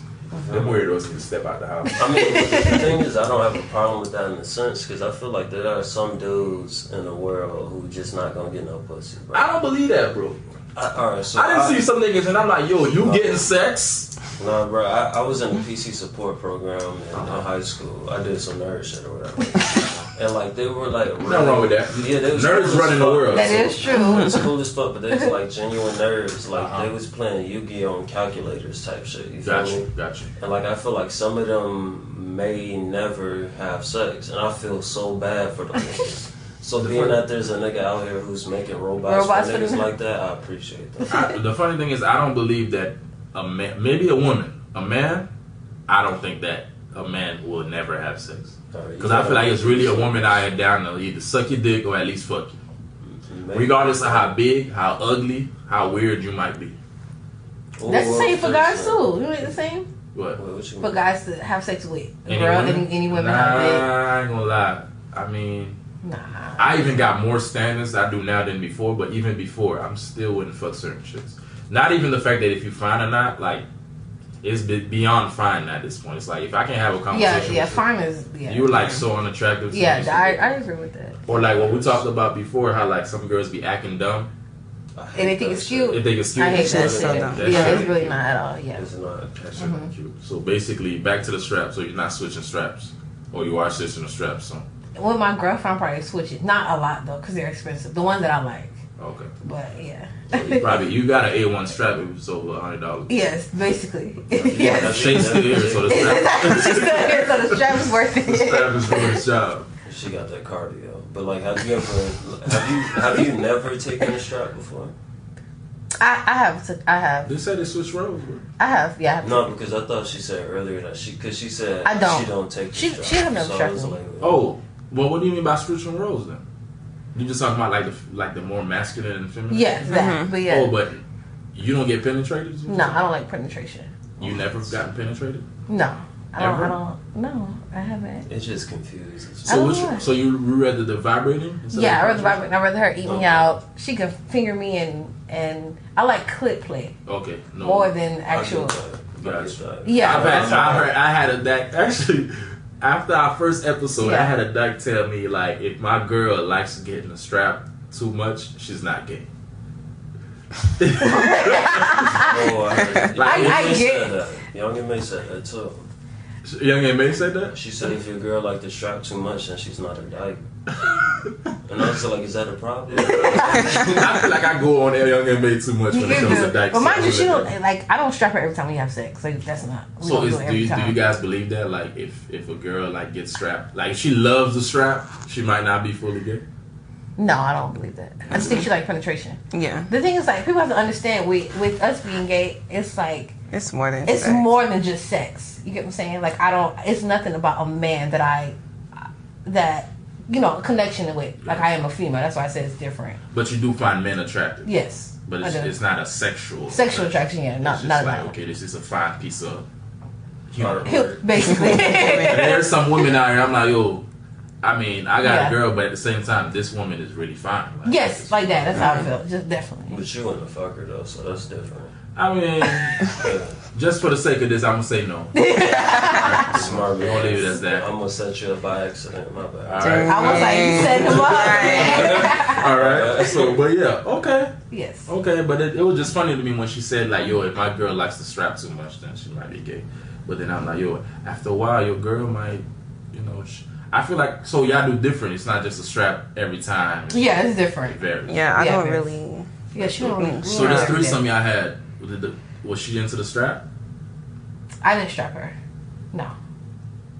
S1: Them weirdos need to step out the house.
S4: I mean, but the thing is, I don't have a problem with that in a sense because I feel like there are some dudes in the world who just not gonna get no pussy. Bro.
S1: I don't believe that, bro.
S4: I, all right, so
S1: I Uh-huh. didn't see some niggas and I'm like, yo, you getting sex?
S4: Nah, bro, I, I was in a PC support program in, in high school. I did some nerd shit or whatever. and like they were like, really,
S1: Nothing wrong with that.
S4: Yeah, they was
S1: Nerds
S4: cool as
S1: running the
S4: fuck.
S1: world.
S2: That is true.
S4: It's cool as fuck, but they was like genuine nerds. Like
S1: Uh-huh.
S4: they was playing Yu-Gi-Oh on calculators type shit. You feel me?
S1: Gotcha, gotcha.
S4: And like I feel like some of them may never have sex, and I feel so bad for them. niggas. so being that there's a nigga out here who's making robots,
S2: Robots
S4: for
S2: for
S4: niggas
S2: them.
S4: like that, I appreciate that.
S1: I, the funny thing is, I don't believe that a man, maybe a woman, a man, I don't think that a man will never have sex. Because I feel like it's really a woman out here down to either suck your dick or at least fuck you. Regardless of how big, how ugly, how weird you might be. Oh,
S2: That's the same for guys too. You know the same
S1: What?
S4: Oh, Wait, what you
S2: for
S4: mean?
S2: guys to have sex with.
S1: Any
S2: Girl,
S1: women?
S2: any, any women
S1: nah,
S2: have
S1: I ain't gonna lie. I mean,
S2: dick. Nah.
S1: I even got more standards I do now than before, but even before, I'm still wouldn't fuck certain shits. Not even the fact that if you fine or not, like, it's be- beyond fine at this point. It's like, if I can have a
S2: Yeah,
S1: conversation
S2: yeah.
S1: with
S2: Fine is yeah.
S1: you, you're like so unattractive. to
S2: Yeah,
S1: me.
S2: I, I agree with that.
S1: or like what we talked about before, how like some girls be acting dumb.
S4: I hate
S2: Anything
S4: that
S2: is
S4: shit.
S2: cute.
S1: If they excuse
S2: I hate
S1: me,
S2: that
S1: so-
S2: shit.
S3: so
S2: Yeah,
S3: dumb.
S2: it's really not at all. Yeah.
S4: It's not.
S1: That's really
S2: Mhm.
S1: cute. So basically, back to the strap. So you're not switching straps, or you are switching the straps. So
S2: With my girlfriend, I'm probably switch it. Not a lot though, because they're expensive. The ones that I like.
S1: Okay.
S2: But yeah.
S1: You probably you got an A one strap if it's over a hundred dollars.
S2: yes, basically.
S1: Yeah, that
S2: yes.
S1: shakes the ear, so the strap,
S2: She's still here, so the strap is worth
S1: the
S2: it.
S1: strap is doing its uh, job.
S4: She got that cardio. But like, have you ever, have you, have you never taken a strap before?
S2: I, I have, to, I have,
S1: They said they switched roles. bro.
S2: I have, yeah. I have
S4: No, because I thought she said earlier that she, because she said
S2: I don't.
S4: she don't take the
S2: She-
S4: strap.
S2: she don't have
S4: so
S2: strap
S4: I was
S2: on.
S4: like,
S1: Oh, well, what do you mean by switching roles then? You just talking about like the like the more masculine and feminine.
S2: Yeah, that. But yeah,
S1: Oh, but you don't get penetrated. is what
S2: no, I don't like penetration.
S1: You never gotten penetrated.
S2: No, I don't.
S1: Ever?
S2: I don't. No, I haven't.
S4: It just confused.
S2: I
S1: So
S2: don't
S1: which,
S2: know.
S1: so you rather the vibrating? instead
S2: yeah, I
S1: of
S2: rather vibrate. I rather her eat me
S4: Okay.
S2: out. She can finger me and and I like clip play
S1: Okay, no.
S2: more than
S4: I get
S2: actual.
S4: that. I get that.
S2: Yeah.
S1: I've had, I heard I had a doc actually after our first episode I
S2: Yeah.
S1: had a doc tell me like if my girl likes getting a strap too much she's not gay.
S4: Oh, I, heard-
S1: Like,
S4: Young
S2: I
S4: and May
S2: get-
S4: said that. Young and May said that too.
S1: Young and May said that.
S4: She said if your girl like the strap too much, then she's not her type. and I was like, is that a problem?
S1: I feel like I go on air Young and May too much
S2: You
S1: when it
S2: do.
S1: comes to dyke.
S2: But mind you, she
S1: stuff.
S2: don't like. I don't strap her every time we have sex. Like that's not. We
S1: So
S2: don't
S1: is,
S2: do it
S1: do
S2: every
S1: you, do
S2: time.
S1: you guys believe that like if if a girl like gets strapped like if she loves the strap she might not be fully gay.
S2: no, I don't believe that. I just think she like penetration.
S3: Yeah,
S2: The thing is, like, people have to understand with with us being gay, it's like
S3: it's more than
S2: it's
S3: sex.
S2: more than just sex. You get what I'm saying? Like I don't. It's nothing about a man that I that you know connection with. Like I am a female. That's why I said it's different.
S1: But you do find men attractive.
S2: Yes.
S1: But
S2: I
S1: it's,
S2: do.
S1: it's not a sexual
S2: sexual attraction. Yeah,
S1: It's
S2: not
S1: just
S2: not
S1: like
S2: about.
S1: okay this is a fine piece of humor.
S2: He'll- Basically,
S1: And there's some women out here. I'm like, yo, I mean, I got
S2: Yeah.
S1: a girl, but at the same time, this woman is really fine. Like,
S2: yes, like that. That's how I feel. Just definitely.
S4: but you and the fucker though, so that's different.
S1: I mean,
S4: Yeah.
S1: just for the sake of this, I'm gonna say no.
S4: Smart man.
S1: Don't leave it as that.
S4: I'm gonna set you up by accident. My bad.
S1: All right,
S2: I was like, you set him up.
S1: all right. So, but yeah, okay,
S2: yes.
S1: okay. But it, it was just funny to me when she said like, yo, if my girl likes the strap too much, then she might be gay. But then I'm like, yo, after a while, your girl might, you know. Sh- I feel like so y'all do different. It's not just a strap every time.
S2: Yeah, it's different.
S1: It varies.
S3: Yeah, I
S2: Yeah,
S3: don't
S2: it is.
S3: really.
S2: Yeah, she don't. really-
S1: So this
S2: Yeah.
S1: threesome y'all had, did the, was she into the strap?
S2: I didn't strap her. No.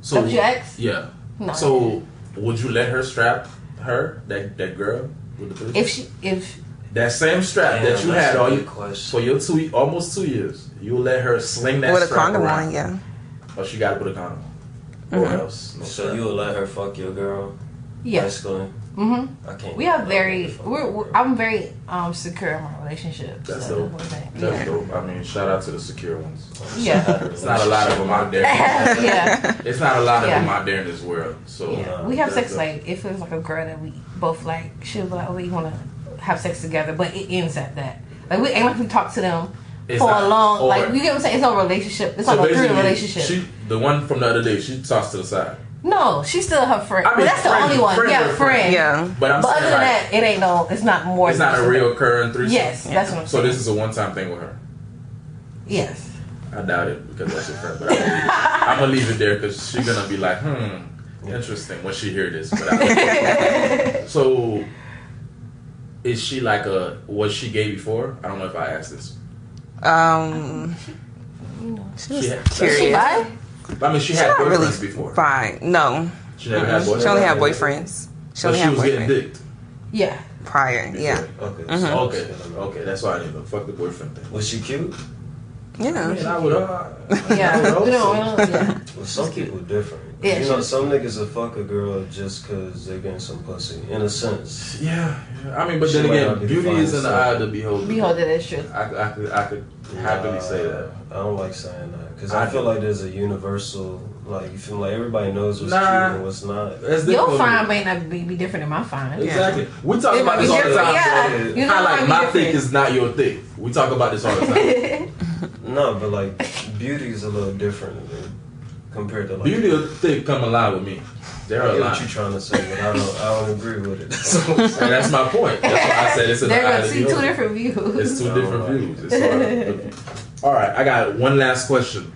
S1: So
S2: So, was your ex?
S1: Yeah.
S2: No.
S1: So would you let her strap her that that girl with the threesome?
S2: if she if
S1: that same strap
S4: Damn,
S1: that you
S4: that's
S1: had
S4: a
S1: all
S4: good
S1: you
S4: question.
S1: for your two almost two years, you let her sling that
S3: With a
S1: strap
S3: condom
S1: around.
S3: on, yeah.
S1: Oh, she got to put a condom.
S2: Mm-hmm.
S1: Or else, no
S4: So you would let her fuck your girl?
S2: yes.
S4: Basically,
S2: hmm
S4: I can't.
S2: We
S4: do
S1: Oh,
S2: are
S4: that.
S2: very
S4: Fuck
S2: we're,
S4: your
S2: we're
S4: girl.
S2: I'm very um secure in my relationship.
S1: That's
S2: so
S1: dope.
S2: that wasn't-
S1: That's dope. I mean, shout out to the secure ones.
S2: Yeah.
S1: It's not a lot of them out there.
S2: Yeah. yeah.
S1: It's not a lot of
S2: Yeah.
S1: them out there in this world. So
S4: Yeah.
S2: We have
S1: that's
S2: sex
S1: dope.
S2: like if it was like a girl that we both like, she was like, Oh, we wanna have sex together but it ends at that. Like we ain't like we talk to them
S1: It's
S2: for
S1: not-
S2: a long
S1: or-
S2: like you get what I'm saying, it's no relationship. It's
S1: So
S2: not a real
S1: basically,
S2: relationship.
S1: She, the one from the other day, she tossed to the side.
S2: no, she's still her friend.
S1: I
S2: but
S1: mean,
S2: that's
S1: friend-
S2: the only one.
S1: friend
S2: yeah,
S1: or
S2: friend.
S1: friend.
S3: Yeah.
S1: But I'm
S2: But other
S1: saying
S2: than
S1: like,
S2: that, it ain't no it's not more
S1: it's not a
S2: than-
S1: real current threesome.
S2: Yes, that's what I'm
S1: So
S2: saying.
S1: this is a one-time thing with her.
S2: Yes.
S1: I doubt it because that's your friend. But I'm gonna leave it there because she's gonna be like, hmm, interesting when she hear this. But I- so, is she like a was she gay before? I don't know if I asked this.
S3: Um, she was
S1: She had-
S2: She
S3: curious.
S2: bi?
S1: I mean, she
S3: She's
S1: had
S3: not
S1: boyfriends
S3: really
S1: before.
S3: fine. No,
S1: She never had boyfriends.
S3: she only had boyfriends. She
S1: So
S3: only
S1: she
S3: had
S1: was getting
S3: boyfriends
S1: dicked.
S2: Yeah.
S3: prior. Yeah,
S1: before.
S4: Okay.
S2: Mm-hmm.
S1: Okay. Okay. That's why I didn't know. Fuck the boyfriend thing.
S4: Was she cute?
S3: yeah.
S1: Man, I would. Uh,
S2: Yeah. We don't, we don't, yeah.
S4: Well, some people different.
S2: Yeah,
S4: you know,
S2: she-
S4: some niggas will fuck a girl just because they're getting some pussy. In a sense,
S1: Yeah, yeah. I mean, but
S4: She
S1: then
S4: might not
S1: again,
S4: be
S1: beauty
S4: fine,
S1: is in the
S4: so-
S1: eye of the beholder.
S2: Behold it as truth.
S1: I, could- I could, I could happily
S4: Nah,
S1: say that.
S4: I don't like saying that because
S1: I
S4: I feel like there's a universal, like you feel like everybody knows what's
S1: Nah.
S4: cute and what's not.
S1: That's
S2: Your
S1: difficult.
S2: fine may not be, be different than my fine.
S1: Exactly. We talk
S2: It
S1: about
S2: might
S1: this
S2: be
S1: all the
S2: different.
S1: time.
S2: Yeah.
S1: bro.
S4: bro.
S2: You know,
S1: I like
S2: it might be
S1: my thick
S2: different.
S1: is not your thick. We talk about this all the time.
S4: No, but like beauty is a little different to me compared to like.
S1: Beauty or thick come alive with me. They're
S4: I get what you're
S1: alive.
S4: trying to say, but I don't. I don't agree with it.
S1: So, and that's my point. That's why I said it's in the
S2: They're
S1: eye
S2: gonna
S1: of the
S2: see two
S1: beholder.
S2: different views.
S1: It's two
S4: No,
S1: different
S4: I-
S1: views. It's all right. all right, I got one last question.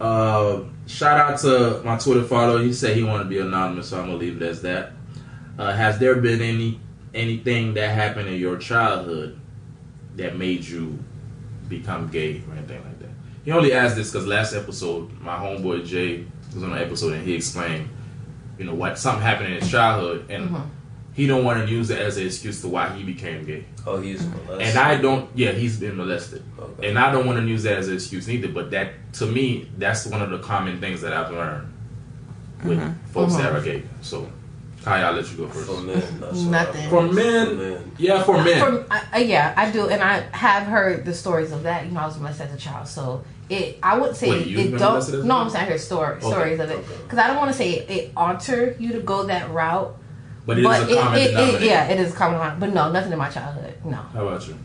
S1: Uh, shout out to my Twitter follower. He said he wanted to be anonymous, so I'm gonna leave it as that. Uh, has there been any anything that happened in your childhood that made you become gay or anything like that. He only asked this because last episode, my homeboy Jay was on the episode and he explained, you know, what something happened in his childhood, and he don't want to use it as an excuse to why he became gay.
S4: Oh, he's molested.
S1: And I don't, yeah, he's been molested.
S4: Okay.
S1: And I don't want to use that as an excuse neither, but that, to me, that's one of the common things that I've learned with folks that are gay. So, Kaya, I'll let you go
S4: For
S1: first.
S4: men, that's
S2: Nothing.
S1: For
S4: For
S1: men,
S4: men.
S1: yeah, for men.
S2: From, I, I- yeah, I do, and I have heard the stories of that. You know, I was molested as a child, so it. I would say
S1: Wait, you've
S2: it
S1: been molested as
S2: don't.
S1: a
S2: No,
S1: child?
S2: I'm saying I heard story,
S1: Okay,
S2: stories of it because I don't want to say it, it alter you to go that route.
S1: But it is a common denominator.
S2: yeah, it is a common one. But no, nothing in my childhood. No.
S1: How about you?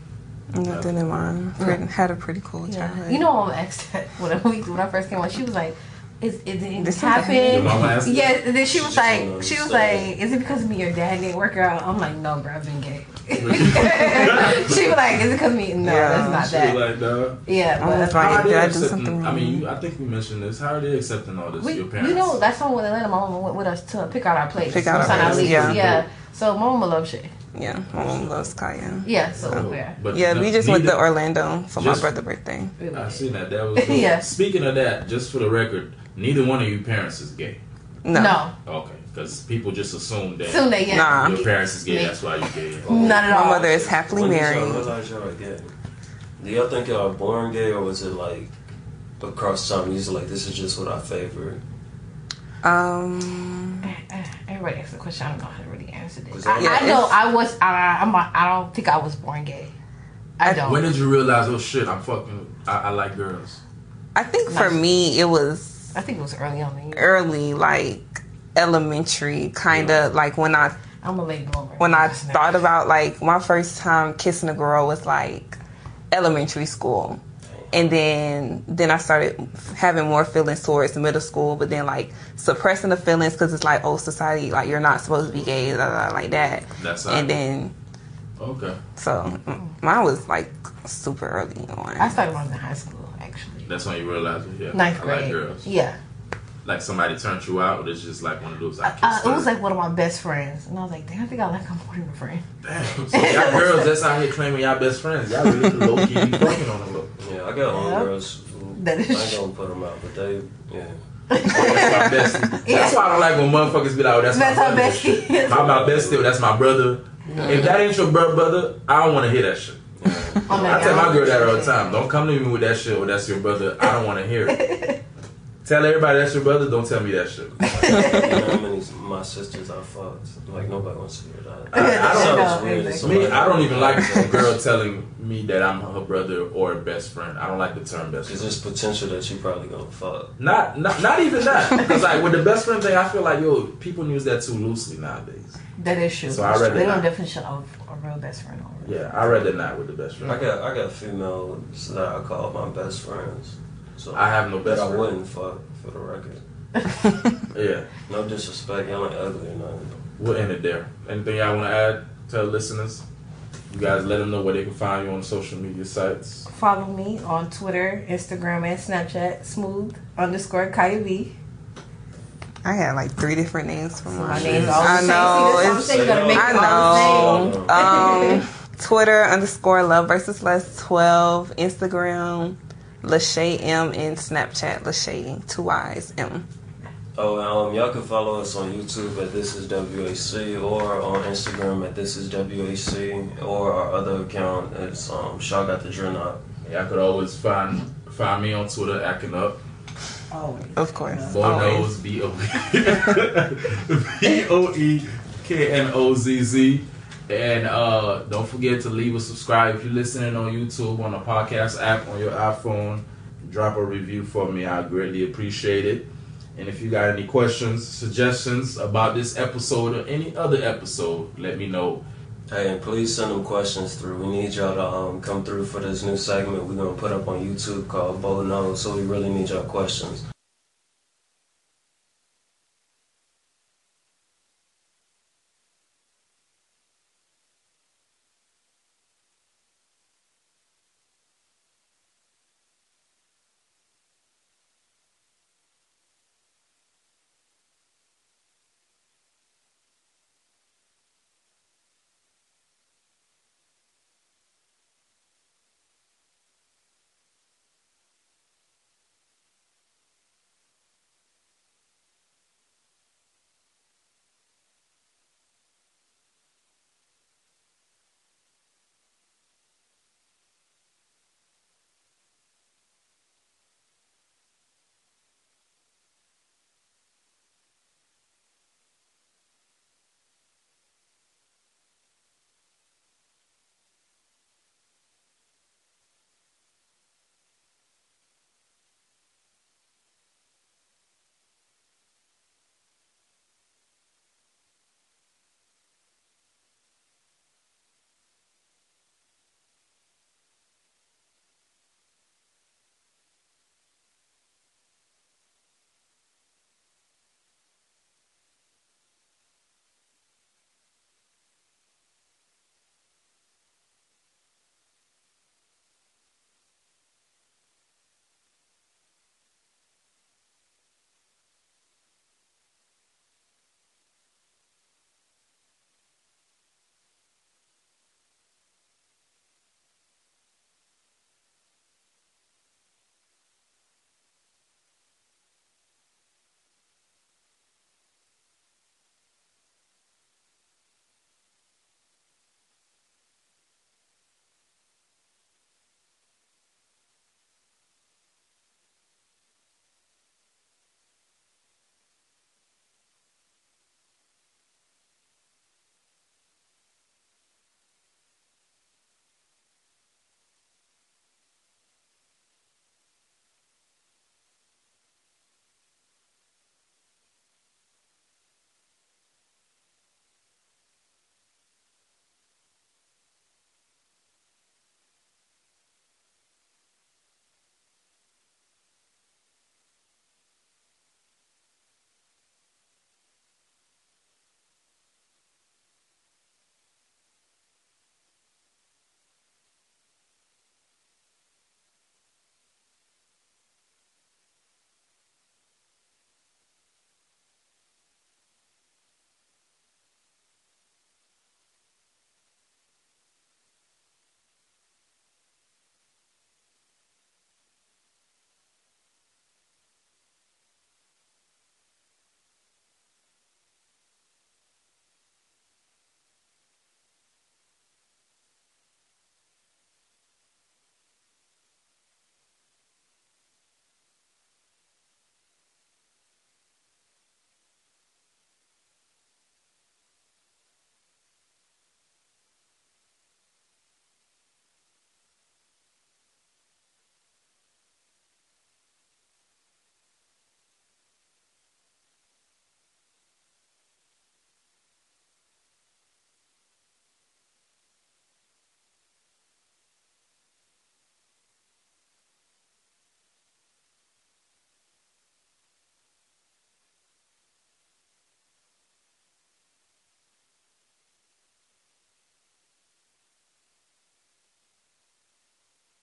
S3: Nothing in mine. Pretty, had a pretty cool childhood.
S2: You know, I'm asked that when we when I first came on, she was like, "Is it didn't
S3: This
S2: happen?"
S3: something-
S1: Your mama asked you?
S2: Yes, and then she
S4: She
S2: was
S4: just
S2: like,
S4: don't
S2: she was
S4: understand.
S2: like, "Is it because of me your dad didn't work out?" I'm like, "No, bro, I've been gay." she was like, "Is it because of me?" No,
S3: Yeah.
S2: that's not
S1: She was like,
S2: that.
S1: "Nah."
S2: yeah,
S3: I
S2: but
S3: was like,
S1: How are
S3: did
S1: they
S3: I do
S1: accepting-
S3: something wrong?
S1: I mean, you, I think we mentioned this. How are they accepting all this?
S2: we,
S1: your parents?
S2: you know, that's why when Atlanta, my mama went with us to pick out our place.
S3: Pick out our
S2: Sometimes I
S3: place,
S2: leave.
S3: yeah.
S2: So my mama loves shit.
S3: yeah, my mom loves Kaya.
S2: Yeah, so yeah.
S1: Oh, But
S3: Yeah,
S1: no-
S3: we just went to
S1: neither-
S3: Orlando for my
S1: just-
S3: brother's birthday.
S1: I seen that. That was good.
S2: Yeah.
S1: Speaking of that, just for the record, neither one of you parents is gay.
S3: No,
S2: No,
S1: Okay, because people just assume that
S2: soon they yeah.
S3: Nah.
S1: your parents is gay. That's why you gay.
S2: Not at
S3: my
S2: all.
S3: mother is happily
S4: When did y'all
S3: married.
S4: realize y'all were gay? Do y'all think y'all were born gay, or was it like across time? You was like, this is just what I favor.
S3: Um,
S2: Everybody asks the question. I don't know how to really answer this.
S4: Was
S2: I,
S4: that-
S2: I know I was. I, I'm. not- I don't think I was born gay. I don't.
S1: When did you realize? Oh shit! I'm fucking. I, I like girls.
S3: I think for me it was
S2: I think it was early on in the year.
S3: early, like elementary, kind of like when I
S2: I'm a late bloomer.
S3: when I
S2: That's not-
S3: thought about like my first time kissing a girl was like elementary school. And then then I started having more feelings towards middle school, but then like suppressing the feelings because it's like oh society like you're not supposed to be gay blah, blah, blah, like that.
S1: That's how.
S3: And then
S1: okay.
S3: so mm, mine was like super early on.
S2: I started when I was in high school, actually.
S1: That's when you realize. oh, Yeah.
S2: Ninth
S1: I
S2: grade.
S1: like girls.
S2: Yeah.
S1: Like somebody turned you out, or it's just like one of those. I kissed
S2: Uh, it
S1: her.
S2: was like one of my best friends, and I was like, "Damn, I think I like her more than a friend."
S1: Damn, so y'all girls that's out here claiming y'all best friends. Y'all really low key fucking on them.
S4: Yeah, I got
S2: Yeah.
S4: homegirls. who-
S2: That is-
S4: I ain't gonna put them out, but they, yeah.
S1: That's my bestie. That's why I don't like when motherfuckers be like, oh, that's,
S2: That's
S1: my
S2: her
S1: brother.
S2: bestie.
S1: My, my bestie, that's my brother. If that ain't your bro- brother, I don't want to hear that shit.
S2: I'm
S1: I
S2: like,
S1: tell
S2: "Y'all
S1: my girl that all the
S2: shit."
S1: time. Don't come to me with that shit or that's your brother. I don't want to hear it. Tell everybody that's your brother. Don't tell me that shit.
S4: You know how many my sisters I fucked? Like nobody wants to hear that.
S1: I- I don't-
S4: Sounds
S2: No,
S4: weird.
S2: exactly.
S4: Somebody-
S1: Me, I don't even like a girl telling me that I'm her brother or best friend. I don't like the term best friend.
S4: Cause there's potential that you probably gonna fuck.
S1: Not, not, not even that. Because like with the best friend thing, I feel like yo, people use that too loosely nowadays.
S2: That is true.
S1: So I read
S2: they
S1: it.
S2: don't definition of a real best friend. Or real.
S1: Yeah, I rather not with the best
S4: I
S1: friend.
S4: got I got females that I call my best friends. So
S1: I have no
S4: that
S1: best
S4: I
S1: friend.
S4: wouldn't fuck for the record.
S1: Yeah,
S4: No disrespect, y'all ain't ugly or nothing.
S1: we'll end it there. Anything y'all want to add to the listeners? You guys let them know where they can find you on social media sites.
S2: Follow me on Twitter, Instagram, and Snapchat. Smooth underscore Kaya B.
S3: I had like three different names for
S2: My
S3: mine.
S2: name's all the
S3: Oh, I
S2: same.
S3: know,
S2: See, this
S3: it's-
S2: is what I'm saying. You gotta make
S3: I
S2: it all the same.
S3: know.
S2: same.
S3: Um, Twitter underscore love versus less 12. Instagram Lachey M and Snapchat Lachey two Y's M.
S4: Oh, um, y'all can follow us on YouTube at This Is WAC or on Instagram at This Is WAC or our other account. It's um, Shaw Got the Drill Knock.
S1: Y'all could always find find me on Twitter, acting up.
S2: Always.
S3: Of course.
S1: Bono's B O B O E K N O Z Z. And uh, don't forget to leave a subscribe if you're listening on YouTube, on the podcast app, on your iPhone. Drop a review for me. I greatly appreciate it. And if you got any questions, suggestions about this episode or any other episode, let me know.
S4: Hey, and please send them questions through. We need y'all to um, come through for this new segment we're going to put up on YouTube called Bo No. So we really need y'all questions.